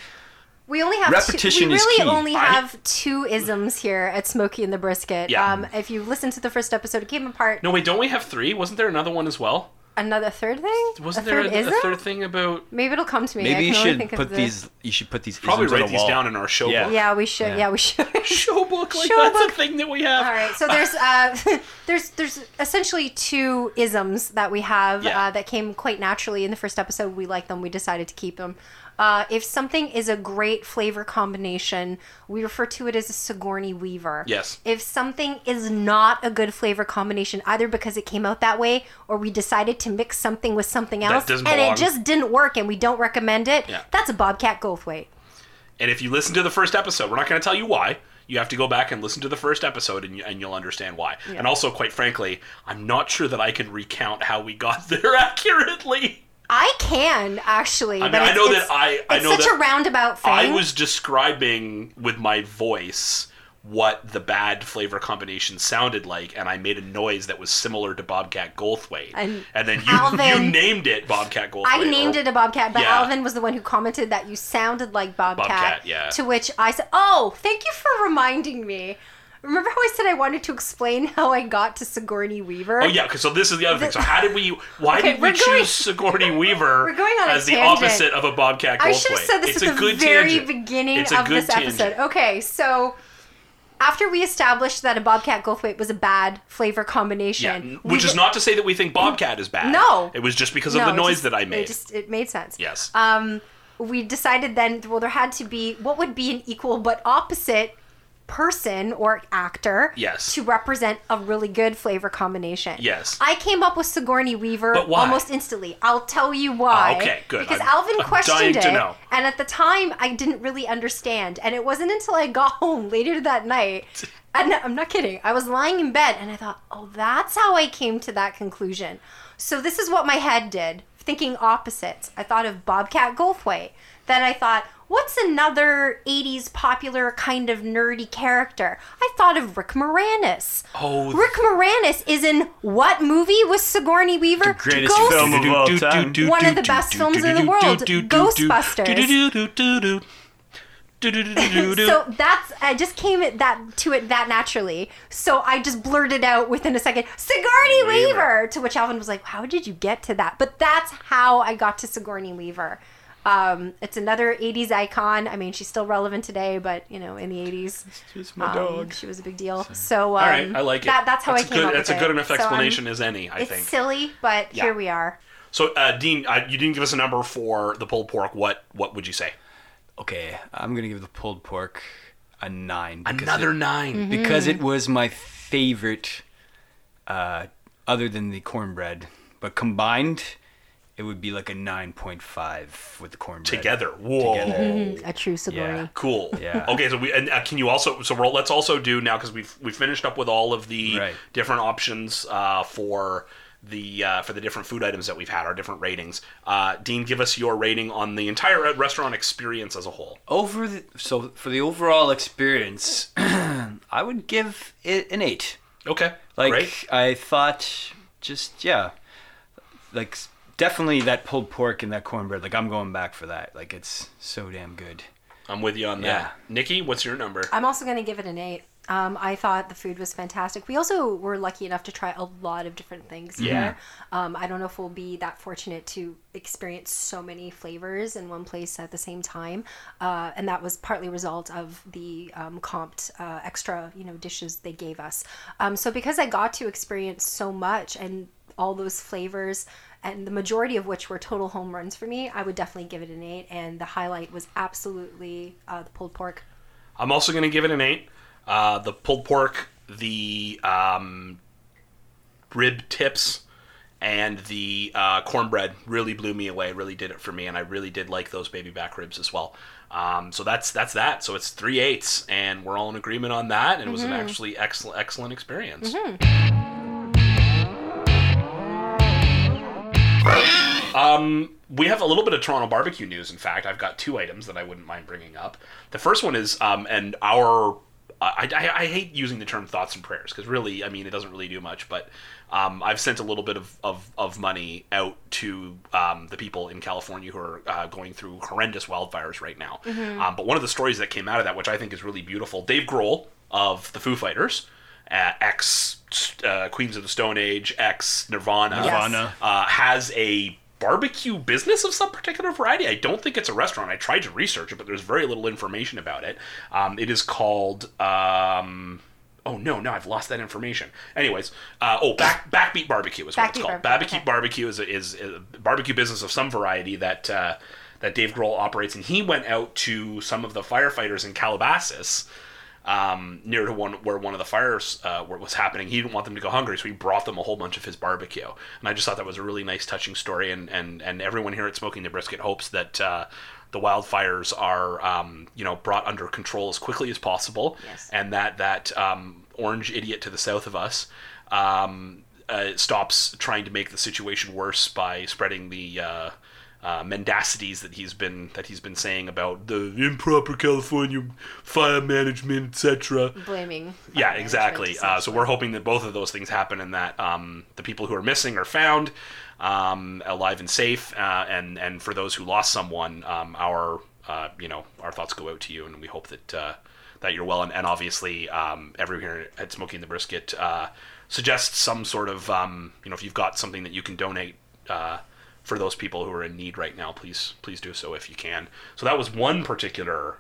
Speaker 3: We only have
Speaker 5: Repetition
Speaker 3: two, we
Speaker 5: is
Speaker 3: really
Speaker 5: key.
Speaker 3: only
Speaker 4: I-
Speaker 3: have two isms here at Smokey and the Brisket.
Speaker 4: Yeah.
Speaker 3: Um, if you listen to the first episode, it came apart.
Speaker 4: no, wait, don't we have three? Wasn't there another one as well?
Speaker 3: Another third thing?
Speaker 4: Wasn't
Speaker 3: a
Speaker 4: there
Speaker 3: third
Speaker 4: a, a
Speaker 3: ism?
Speaker 4: third thing about?
Speaker 3: Maybe it'll come to me. I
Speaker 5: Maybe you
Speaker 3: can only
Speaker 5: should
Speaker 3: think of
Speaker 5: put
Speaker 3: the-
Speaker 5: these. You should put these.
Speaker 4: Probably
Speaker 5: isms on
Speaker 4: write
Speaker 5: a
Speaker 4: these
Speaker 5: wall.
Speaker 4: down in our show
Speaker 5: Yeah.
Speaker 4: book.
Speaker 3: Yeah, we should. Yeah,
Speaker 5: Yeah.
Speaker 3: we should.
Speaker 4: [laughs] Show book, like
Speaker 3: Show
Speaker 4: that's
Speaker 3: book.
Speaker 4: a thing that we have.
Speaker 3: All right. So there's uh, [laughs] there's there's essentially two isms that we have
Speaker 4: Yeah.
Speaker 3: uh, that came quite naturally in the first episode. We liked them. We decided to keep them. Uh, if something is a great flavor combination, we refer to it as a Sigourney Weaver.
Speaker 4: Yes.
Speaker 3: If something is not a good flavor combination, either because it came out that way or we decided to mix something with something else
Speaker 4: doesn't
Speaker 3: and
Speaker 4: belong.
Speaker 3: it just didn't work and we don't recommend it,
Speaker 4: Yeah.
Speaker 3: that's a Bobcat Goldthwait.
Speaker 4: And if you listen to the first episode, we're not going to tell you why. You have to go back and listen to the first episode, and, you, and you'll understand why. And also, quite frankly, I'm not sure that I can recount how we got [laughs] there accurately.
Speaker 3: I can actually.
Speaker 4: I
Speaker 3: but
Speaker 4: mean, I
Speaker 3: it's-
Speaker 4: know
Speaker 3: it's-
Speaker 4: that I, I
Speaker 3: it's
Speaker 4: know
Speaker 3: such
Speaker 4: that
Speaker 3: a roundabout thing.
Speaker 4: I was describing with my voice what the bad flavor combination sounded like, and I made a noise that was similar to Bobcat Goldthwait.
Speaker 3: And-
Speaker 4: then you,
Speaker 3: Alvin-
Speaker 4: you named it Bobcat Goldthwait.
Speaker 3: I named it a bobcat, but
Speaker 4: Yeah.
Speaker 3: Alvin was the one who commented that you sounded like bobcat.
Speaker 4: Bobcat, yeah.
Speaker 3: To which I said, "Oh, thank you for reminding me." Remember how I said I wanted to explain how I got to Sigourney Weaver?
Speaker 4: Oh yeah, 'cause- so this is the other thing. So how did we? Why
Speaker 3: Okay,
Speaker 4: did we
Speaker 3: we're going-
Speaker 4: choose
Speaker 3: [laughs]
Speaker 4: Sigourney Weaver
Speaker 3: We're going on a
Speaker 4: as the
Speaker 3: tangent.
Speaker 4: opposite of a Bobcat Goldthwait?
Speaker 3: I should have said this
Speaker 4: it's
Speaker 3: at
Speaker 4: a
Speaker 3: the
Speaker 4: good
Speaker 3: very
Speaker 4: tangent.
Speaker 3: beginning
Speaker 4: It's a
Speaker 3: of
Speaker 4: good
Speaker 3: this
Speaker 4: tangent.
Speaker 3: episode. Okay, so after we established that a bobcat Goldthwait was a bad flavor
Speaker 4: Yeah,
Speaker 3: combination,
Speaker 4: n-
Speaker 3: we
Speaker 4: which is
Speaker 3: did-
Speaker 4: not to say that we think Bobcat is bad.
Speaker 3: No.
Speaker 4: it was just because
Speaker 3: no,
Speaker 4: of
Speaker 3: it
Speaker 4: the noise
Speaker 3: just-
Speaker 4: that I
Speaker 3: It
Speaker 4: made.
Speaker 3: just it made sense.
Speaker 4: Yes.
Speaker 3: Um, we decided then, well, there had to be what would be an equal but opposite person or actor
Speaker 4: Yes.
Speaker 3: to represent a really good flavor combination.
Speaker 4: Yes.
Speaker 3: I came up with Sigourney Weaver
Speaker 4: But why?
Speaker 3: almost instantly. I'll tell you why.
Speaker 4: Ah, okay, good.
Speaker 3: Because
Speaker 4: I'm-
Speaker 3: Alvin
Speaker 4: I'm
Speaker 3: questioned
Speaker 4: dying to
Speaker 3: it.
Speaker 4: know.
Speaker 3: And at the time, I didn't really understand. And it wasn't until I got [laughs] home later that night. And I'm not kidding. I was lying in bed and I thought, oh, that's how I came to that conclusion. So this is what my head did, thinking opposites. I thought of Bobcat Goldthwait. Then I thought, what's another 80s popular kind of nerdy character? I thought of Rick Moranis.
Speaker 1: Oh,
Speaker 3: Rick Moranis is in what movie with Sigourney Weaver?
Speaker 5: greatest
Speaker 3: Ghost-
Speaker 5: film of all
Speaker 1: do, do,
Speaker 5: time.
Speaker 1: do,
Speaker 3: One
Speaker 1: do,
Speaker 3: of the
Speaker 1: do,
Speaker 3: best
Speaker 1: do,
Speaker 3: films
Speaker 1: do,
Speaker 3: in the
Speaker 1: do,
Speaker 3: world,
Speaker 1: do, do, do, do,
Speaker 3: Ghostbusters.
Speaker 1: do, do, do, do, do, do, do, do, do, do, do.
Speaker 3: so that's I just came at that to it that naturally. So I just blurted out within a second, Sigourney Weaver. To which Alvin was like, "How did you get to that?" But that's how I got to Sigourney Weaver. Um, it's another '80s icon. I mean, she's still relevant today, but you know, in the '80s,
Speaker 5: It's my
Speaker 3: um,
Speaker 5: dog.
Speaker 3: she was a big deal. So, um,
Speaker 4: All right, I like it.
Speaker 3: That, that's how
Speaker 4: that's
Speaker 3: I
Speaker 4: a
Speaker 3: came
Speaker 4: good,
Speaker 3: up
Speaker 4: That's
Speaker 3: with
Speaker 4: a good
Speaker 3: it.
Speaker 4: enough
Speaker 3: So, um,
Speaker 4: explanation as any, I
Speaker 3: it's
Speaker 4: think.
Speaker 3: silly, but
Speaker 4: Yeah.
Speaker 3: here we are.
Speaker 4: So, uh, Dean, uh, you didn't give us a number for the pulled pork. What what would you say?
Speaker 5: Okay, I'm gonna give the pulled pork a nine. because
Speaker 1: Another
Speaker 5: it,
Speaker 1: nine.
Speaker 4: Mm-hmm.
Speaker 5: because
Speaker 3: Mm.
Speaker 5: it was my favorite, uh, other than the cornbread. But combined, it would be like a nine point five with the cornbread
Speaker 4: Together. Whoa.
Speaker 3: A true Sigourney.
Speaker 5: Yeah.
Speaker 4: Cool.
Speaker 5: Yeah.
Speaker 4: Okay. So we and uh, can you also so we're, let's also do now because we've we finished up with all of the
Speaker 5: Right.
Speaker 4: different options uh, for the uh, for the different food items that we've had our different ratings. Uh, Dean, give us your rating on the entire restaurant experience as a whole.
Speaker 5: Over the, so for the overall experience, [clears throat] I would give it an eight.
Speaker 4: Okay.
Speaker 5: Like
Speaker 4: Great.
Speaker 5: I thought, just yeah, like s- definitely that pulled pork and that cornbread. Like I'm going back for that. Like it's so damn good.
Speaker 4: I'm with you on that.
Speaker 5: Yeah.
Speaker 4: Nikki, what's your number?
Speaker 3: I'm also going to give it an eight. Um, I thought the food was fantastic. We also were lucky enough to try a lot of different things here. Um, I don't know if we'll be that fortunate to experience so many flavors in one place at the same time, uh, and that was partly a result of the um, comped uh, extra, you know, dishes they gave us. Um, so because I got to experience so much and all those flavors and the majority of which were total home runs for me i would definitely give it an eight and the highlight was absolutely uh, the pulled pork
Speaker 4: I'm also going to give it an eight. Uh, the pulled pork, the um, rib tips, and the uh, cornbread really blew me away. Really did it for me, and I really did like those baby back ribs as well. Um, so that's that's that. So it's three eights, and we're all in agreement on that. And it was an actually excellent excellent experience. we have a little bit of Toronto barbecue news. In fact, I've got two items that I wouldn't mind bringing up. The first one is, um, and our, I, I, I hate using the term thoughts and prayers because really, I mean, it doesn't really do much. But um, I've sent a little bit of of, of money out to um, the people in California who are uh, going through horrendous wildfires right now. Um, but one of the stories that came out of that, which I think is really beautiful, Dave Grohl of the Foo Fighters, uh, ex uh, Queens of the Stone Age, ex Nirvana,
Speaker 5: Nirvana.
Speaker 4: uh, has a barbecue business of some particular variety. I don't think it's a restaurant. I tried to research it, but there's very little information about it. Um, it is called. Um, oh no, no, I've lost that information. Anyways, uh, oh back backbeat barbecue is what it's
Speaker 3: Backbeat
Speaker 4: called.
Speaker 3: Barbecue, okay.
Speaker 4: Barbecue barbecue is, is is a barbecue business of some variety that. Uh, that Dave Grohl operates, and he went out to some of the firefighters in Calabasas, um, near to one where one of the fires uh, were, was happening. He didn't want them to go hungry, so he brought them a whole bunch of his barbecue. And I just thought that was a really nice, touching story. And and, and everyone here at Smoking the Brisket hopes that uh, the wildfires are um, you know brought under control as quickly as possible,
Speaker 3: Yes.
Speaker 4: and that that um, orange idiot to the south of us. Um, uh, stops trying to make the situation worse by spreading the uh, uh, mendacities that he's been that he's been saying about the improper California fire management, etc.
Speaker 3: blaming.
Speaker 4: Yeah,
Speaker 3: fire
Speaker 4: exactly.
Speaker 3: management,
Speaker 4: Uh, so we're hoping that both of those things happen and that um, the people who are missing are found um, alive and safe. Uh, and and for those who lost someone, um, our uh, you know our thoughts go out to you, and we hope that uh, that you're well. And, and obviously, um, everyone here at Smoking the Brisket uh, suggests some sort of um, you know if you've got something that you can donate. Uh, for those people who are in need right now, please please do so if you can. So that was one particular.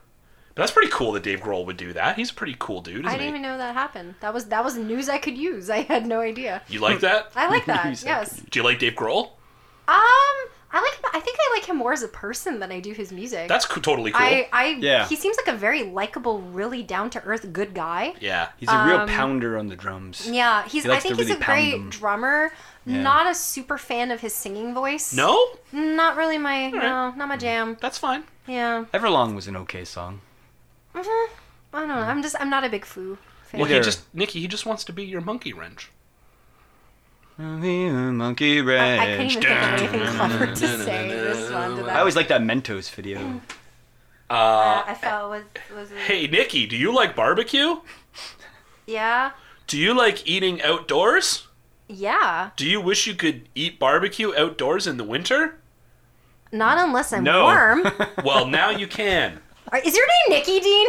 Speaker 4: But that's pretty cool that Dave Grohl would do that. He's a pretty cool dude, isn't
Speaker 3: I
Speaker 4: he?
Speaker 3: didn't even know that happened. That was that was news I could use. [laughs] I had no idea. Hmm.
Speaker 4: You like that?
Speaker 3: I like
Speaker 5: [laughs]
Speaker 3: that.
Speaker 5: News I
Speaker 3: yes.
Speaker 4: Do you like Dave Grohl?
Speaker 3: Um, I I like. Him, I think I like him more as a person than I do his music.
Speaker 4: That's co- totally cool.
Speaker 3: I, I.
Speaker 5: Yeah.
Speaker 3: He seems like a very likable, really down to earth, good guy.
Speaker 4: yeah.
Speaker 5: He's a real pounder on the drums.
Speaker 3: Um, Yeah, he's.
Speaker 5: He
Speaker 3: I
Speaker 5: likes
Speaker 3: think
Speaker 5: to
Speaker 3: he's a
Speaker 5: really pound
Speaker 3: great
Speaker 5: them.
Speaker 3: drummer.
Speaker 5: Yeah.
Speaker 3: Not a super fan of his singing voice.
Speaker 4: No,
Speaker 3: Not really my. No, not my jam.
Speaker 4: that's fine.
Speaker 3: Yeah.
Speaker 5: Everlong was an okay song.
Speaker 3: Mhm. I don't know. I'm just. I'm not a big foo fan.
Speaker 4: Well, he
Speaker 5: Either.
Speaker 4: just Nikki. He just wants to be your monkey wrench.
Speaker 5: Monkey
Speaker 3: I,
Speaker 5: wrench.
Speaker 3: I couldn't even think of anything [laughs] clever to say. in response to that.
Speaker 5: I always like that Mentos video.
Speaker 3: Uh, I felt was was. a-
Speaker 4: Hey, Nikki, do you like barbecue?
Speaker 3: Yeah.
Speaker 4: Do you like eating outdoors?
Speaker 3: Yeah.
Speaker 4: Do you wish you could eat barbecue outdoors in the winter?
Speaker 3: Not unless I'm
Speaker 5: No.
Speaker 3: [laughs] warm.
Speaker 4: Well, now you can.
Speaker 3: Are- Is your name Nikki Dean?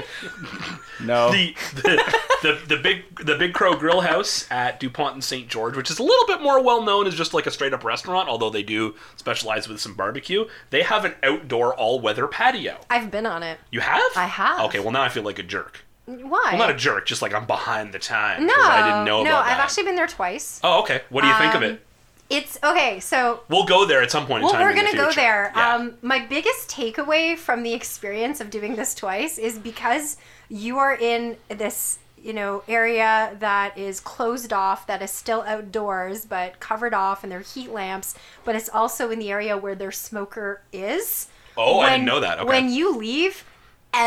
Speaker 5: No.
Speaker 4: The, the the the big the Big Crow Grill House at Dupont and St George, which is a little bit more well known as just like a straight up restaurant, although they do specialize with some barbecue. They have an outdoor all weather patio.
Speaker 3: I've been on it.
Speaker 4: You have?
Speaker 3: I have.
Speaker 4: Okay, well now I feel like a jerk.
Speaker 3: Why?
Speaker 4: Well, not a jerk, just like I'm behind the time.
Speaker 3: no,
Speaker 4: 'cause I didn't know
Speaker 3: no,
Speaker 4: about
Speaker 3: I've
Speaker 4: that.
Speaker 3: actually been there twice.
Speaker 4: Oh, okay. What do you think of
Speaker 3: Um,
Speaker 4: it?
Speaker 3: It's okay. So
Speaker 4: We'll go there at some point in
Speaker 3: Well,
Speaker 4: time.
Speaker 3: we're
Speaker 4: in the
Speaker 3: gonna go
Speaker 4: future.
Speaker 3: there.
Speaker 4: Yeah.
Speaker 3: Um, my biggest takeaway from the experience of doing this twice is because you are in this, you know, area that is closed off, that is still outdoors but covered off, and there are heat lamps. But it's also in the area where their smoker is.
Speaker 4: Oh, I didn't know that. Okay.
Speaker 3: When you leave,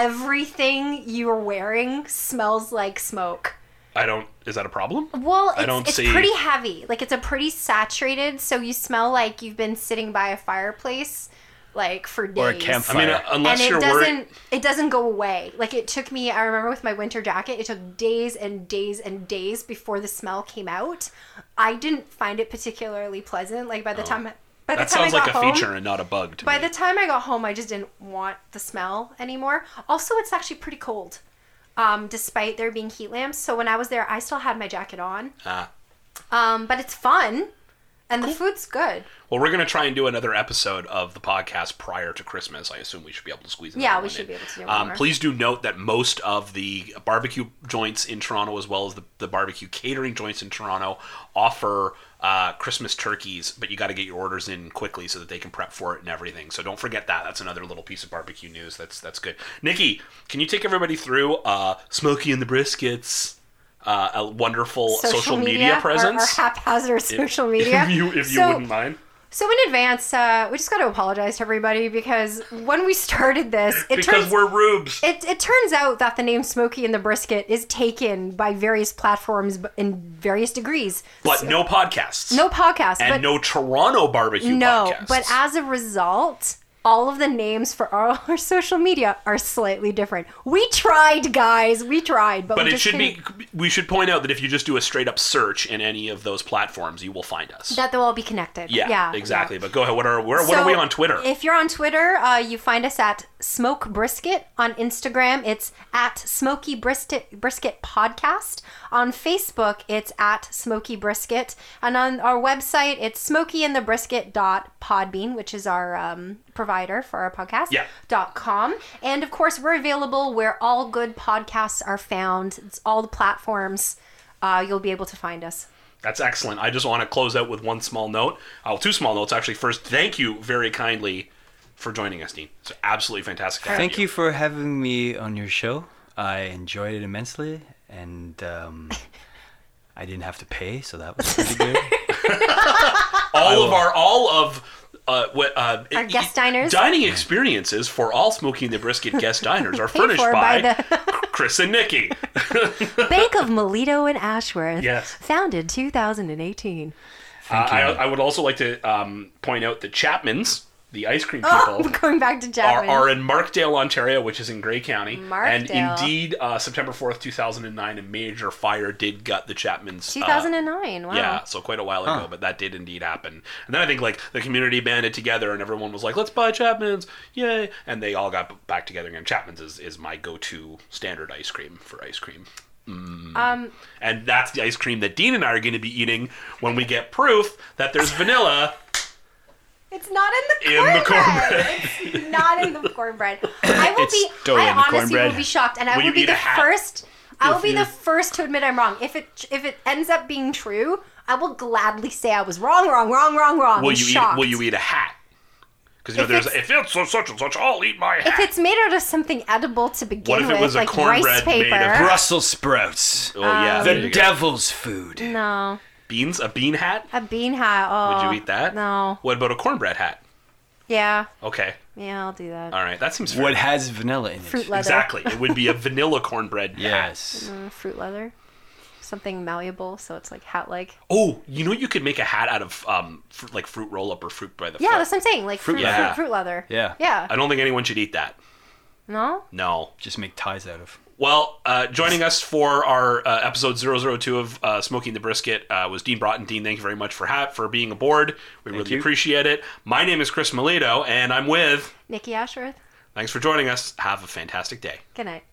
Speaker 3: everything you're wearing smells like smoke.
Speaker 4: I don't. Is that a problem?
Speaker 3: Well, it's,
Speaker 4: don't
Speaker 3: it's
Speaker 4: see-
Speaker 3: pretty heavy. Like it's a pretty saturated, so you smell like you've been sitting by a fireplace, like for days.
Speaker 5: Or a
Speaker 4: I
Speaker 5: campfire.
Speaker 4: mean, uh,
Speaker 5: Fire.
Speaker 4: unless
Speaker 3: And it
Speaker 4: you're
Speaker 3: doesn't.
Speaker 4: worried.
Speaker 3: It doesn't go away. Like it took me. I remember with my winter jacket, it took days and days and days before the smell came out. I didn't find it particularly pleasant. Like by the time. By the
Speaker 4: Oh. That
Speaker 3: time
Speaker 4: sounds
Speaker 3: I
Speaker 4: like
Speaker 3: got
Speaker 4: a
Speaker 3: home,
Speaker 4: feature and not a bug to
Speaker 3: By
Speaker 4: me.
Speaker 3: the time I got home, I just didn't want the smell anymore. Also, it's actually pretty cold, um, despite there being heat lamps. So when I was there, I still had my jacket on.
Speaker 4: Ah.
Speaker 3: Um, but it's fun, and the food's good.
Speaker 4: well, we're gonna try and do another episode of the podcast prior to Christmas. I assume we should be able to squeeze.
Speaker 3: Yeah,
Speaker 4: another
Speaker 3: we
Speaker 4: one
Speaker 3: should
Speaker 4: in.
Speaker 3: be able to do
Speaker 4: Um,
Speaker 3: more.
Speaker 4: please do note that most of the barbecue joints in Toronto, as well as the, the barbecue catering joints in Toronto, offer uh, Christmas turkeys, but you got to get your orders in quickly so that they can prep for it and everything. So don't forget that. That's another little piece of barbecue news. That's that's good. Nikki, can you take everybody through uh, Smokey and the Briskets? Uh, a wonderful social, media,
Speaker 3: our-
Speaker 4: presence.
Speaker 3: our, haphazard social media.
Speaker 4: [laughs] If you, if you
Speaker 3: so,
Speaker 4: wouldn't mind.
Speaker 3: so in advance, uh, we just got to apologize to everybody because when we started this, it
Speaker 4: Because
Speaker 3: turns.
Speaker 4: we're rubes.
Speaker 3: It, it turns out that the name Smokey and the Brisket is taken by various platforms b- in various degrees.
Speaker 4: But no podcasts.
Speaker 3: No podcast,
Speaker 4: And
Speaker 3: but
Speaker 4: no Toronto barbecue
Speaker 3: no.
Speaker 4: podcasts.
Speaker 3: But as a result, all of the names for all [laughs] our social media are slightly different. We tried, guys. We tried, but,
Speaker 4: But
Speaker 3: we
Speaker 4: it
Speaker 3: just
Speaker 4: should
Speaker 3: couldn't-
Speaker 4: be. We should point out that if you just do a straight up search in any of those platforms, you will find us.
Speaker 3: that they'll all be connected.
Speaker 4: yeah,
Speaker 3: yeah
Speaker 4: exactly.
Speaker 3: yeah.
Speaker 4: But go ahead. What are where, what are
Speaker 3: So,
Speaker 4: we on Twitter?
Speaker 3: If you're on Twitter, uh, you find us at Smoke Brisket. On Instagram, it's at Smoky Brisket, Brisket Podcast. On Facebook, it's at Smoky Brisket. And on our website, it's smokyandthebrisket.podbean, which is our um, provider for our podcast,
Speaker 4: Yeah.
Speaker 3: dot .com. And of course, we're available where all good podcasts are found. It's all the platforms. Uh, you'll be able to find us.
Speaker 4: That's excellent. I just want to close out with one small note. Oh, two small notes actually. First, thank you very kindly for joining us, Dean. It's absolutely fantastic. to have
Speaker 5: Thank you for having me on your show. I enjoyed it immensely, and um, [laughs] I didn't have to pay, so that was pretty good.
Speaker 4: all of our all of uh, what, uh,
Speaker 3: Our guest diners?
Speaker 4: dining experiences for all smoking the brisket guest diners
Speaker 3: [laughs]
Speaker 4: are
Speaker 3: Paid
Speaker 4: furnished
Speaker 3: for
Speaker 4: by,
Speaker 3: by the-
Speaker 4: [laughs] Chris
Speaker 3: [laughs]
Speaker 4: and Nikki.
Speaker 3: Bank of Melito and Ashworth.
Speaker 4: Yes.
Speaker 3: Founded
Speaker 4: [laughs]
Speaker 3: 2018.
Speaker 4: Uh, I, I would also like to um, point out that Chapman's, the ice cream people,
Speaker 3: [laughs] Oh, going back to
Speaker 4: are,
Speaker 3: Chapman.
Speaker 4: are in Markdale, Ontario, which is in Grey County. And
Speaker 3: Markdale.
Speaker 4: indeed, uh, September 4th, 2009, a major fire did gut the Chapman's. uh,
Speaker 3: 2009. wow.
Speaker 4: yeah, so quite a while ago, but that did indeed happen. And then I think like the community banded together, and everyone was like, "Let's buy Chapman's, yay!" And they all got b- back together again. Chapman's is, is my go-to standard ice cream for ice cream,
Speaker 3: Um,
Speaker 4: and that's the ice cream that Dean and I are going to be eating when we get proof that
Speaker 3: [laughs]
Speaker 4: there's vanilla
Speaker 3: it's not in the
Speaker 4: in the
Speaker 3: cornbread.
Speaker 4: cornbread.
Speaker 3: It's not in the cornbread. I will
Speaker 5: It's
Speaker 3: be.
Speaker 5: totally
Speaker 3: I
Speaker 5: in the
Speaker 3: honestly
Speaker 5: cornbread.
Speaker 3: will be shocked, and I
Speaker 4: Will
Speaker 3: will,
Speaker 4: you
Speaker 3: be
Speaker 4: eat
Speaker 3: the
Speaker 4: a hat
Speaker 3: first. I will be
Speaker 5: you-
Speaker 3: the first to admit I'm wrong. If it if it ends up being true, I will gladly say I was wrong, wrong, wrong, wrong, wrong.
Speaker 4: Will
Speaker 3: I'm
Speaker 4: you eat?
Speaker 3: shocked.
Speaker 4: Will you eat a hat? Because you know,
Speaker 3: If
Speaker 4: there's
Speaker 3: it's-
Speaker 4: if it's such and such, I'll eat my
Speaker 3: If
Speaker 4: hat.
Speaker 3: it's made out of something edible to begin
Speaker 4: What if it
Speaker 3: with,
Speaker 4: was a
Speaker 3: like
Speaker 4: cornbread
Speaker 3: rice
Speaker 4: made of
Speaker 3: paper,
Speaker 5: Brussels sprouts.
Speaker 4: oh
Speaker 3: um,
Speaker 4: yeah, there
Speaker 5: the
Speaker 4: you go.
Speaker 5: devil's food.
Speaker 3: no,
Speaker 4: beans, a bean hat.
Speaker 3: a bean hat.
Speaker 4: Would
Speaker 3: Oh,
Speaker 4: you eat that?
Speaker 3: No.
Speaker 4: What about a cornbread hat?
Speaker 3: Yeah,
Speaker 4: Okay,
Speaker 3: yeah, I'll do that.
Speaker 4: all right, that seems fair.
Speaker 5: What has vanilla in it?
Speaker 3: Fruit leather.
Speaker 4: exactly? it would be a
Speaker 3: [laughs]
Speaker 4: vanilla cornbread. hat.
Speaker 5: Yes.
Speaker 3: Mm, fruit leather, something malleable, so it's like hat-like.
Speaker 4: Oh, you know you could make a hat out of um fr- like fruit roll up or fruit by the.
Speaker 3: Yeah,
Speaker 4: foot.
Speaker 3: that's what I'm saying. Like fruit, fruit,
Speaker 4: leather.
Speaker 3: fruit leather.
Speaker 5: Yeah.
Speaker 3: yeah.
Speaker 4: I don't think anyone should eat that.
Speaker 3: No,
Speaker 4: No.
Speaker 5: Just make ties out of.
Speaker 4: Well, uh, joining us for our uh, episode 002 of uh, Smoking the Brisket uh, was Dean Broughton. Dean, thank you very much for ha- for being aboard. We really
Speaker 5: you.
Speaker 4: appreciate it. My name is Chris Melito, and I'm with.
Speaker 3: Nikki Ashworth.
Speaker 4: Thanks for joining us. Have a fantastic day.
Speaker 3: Good night.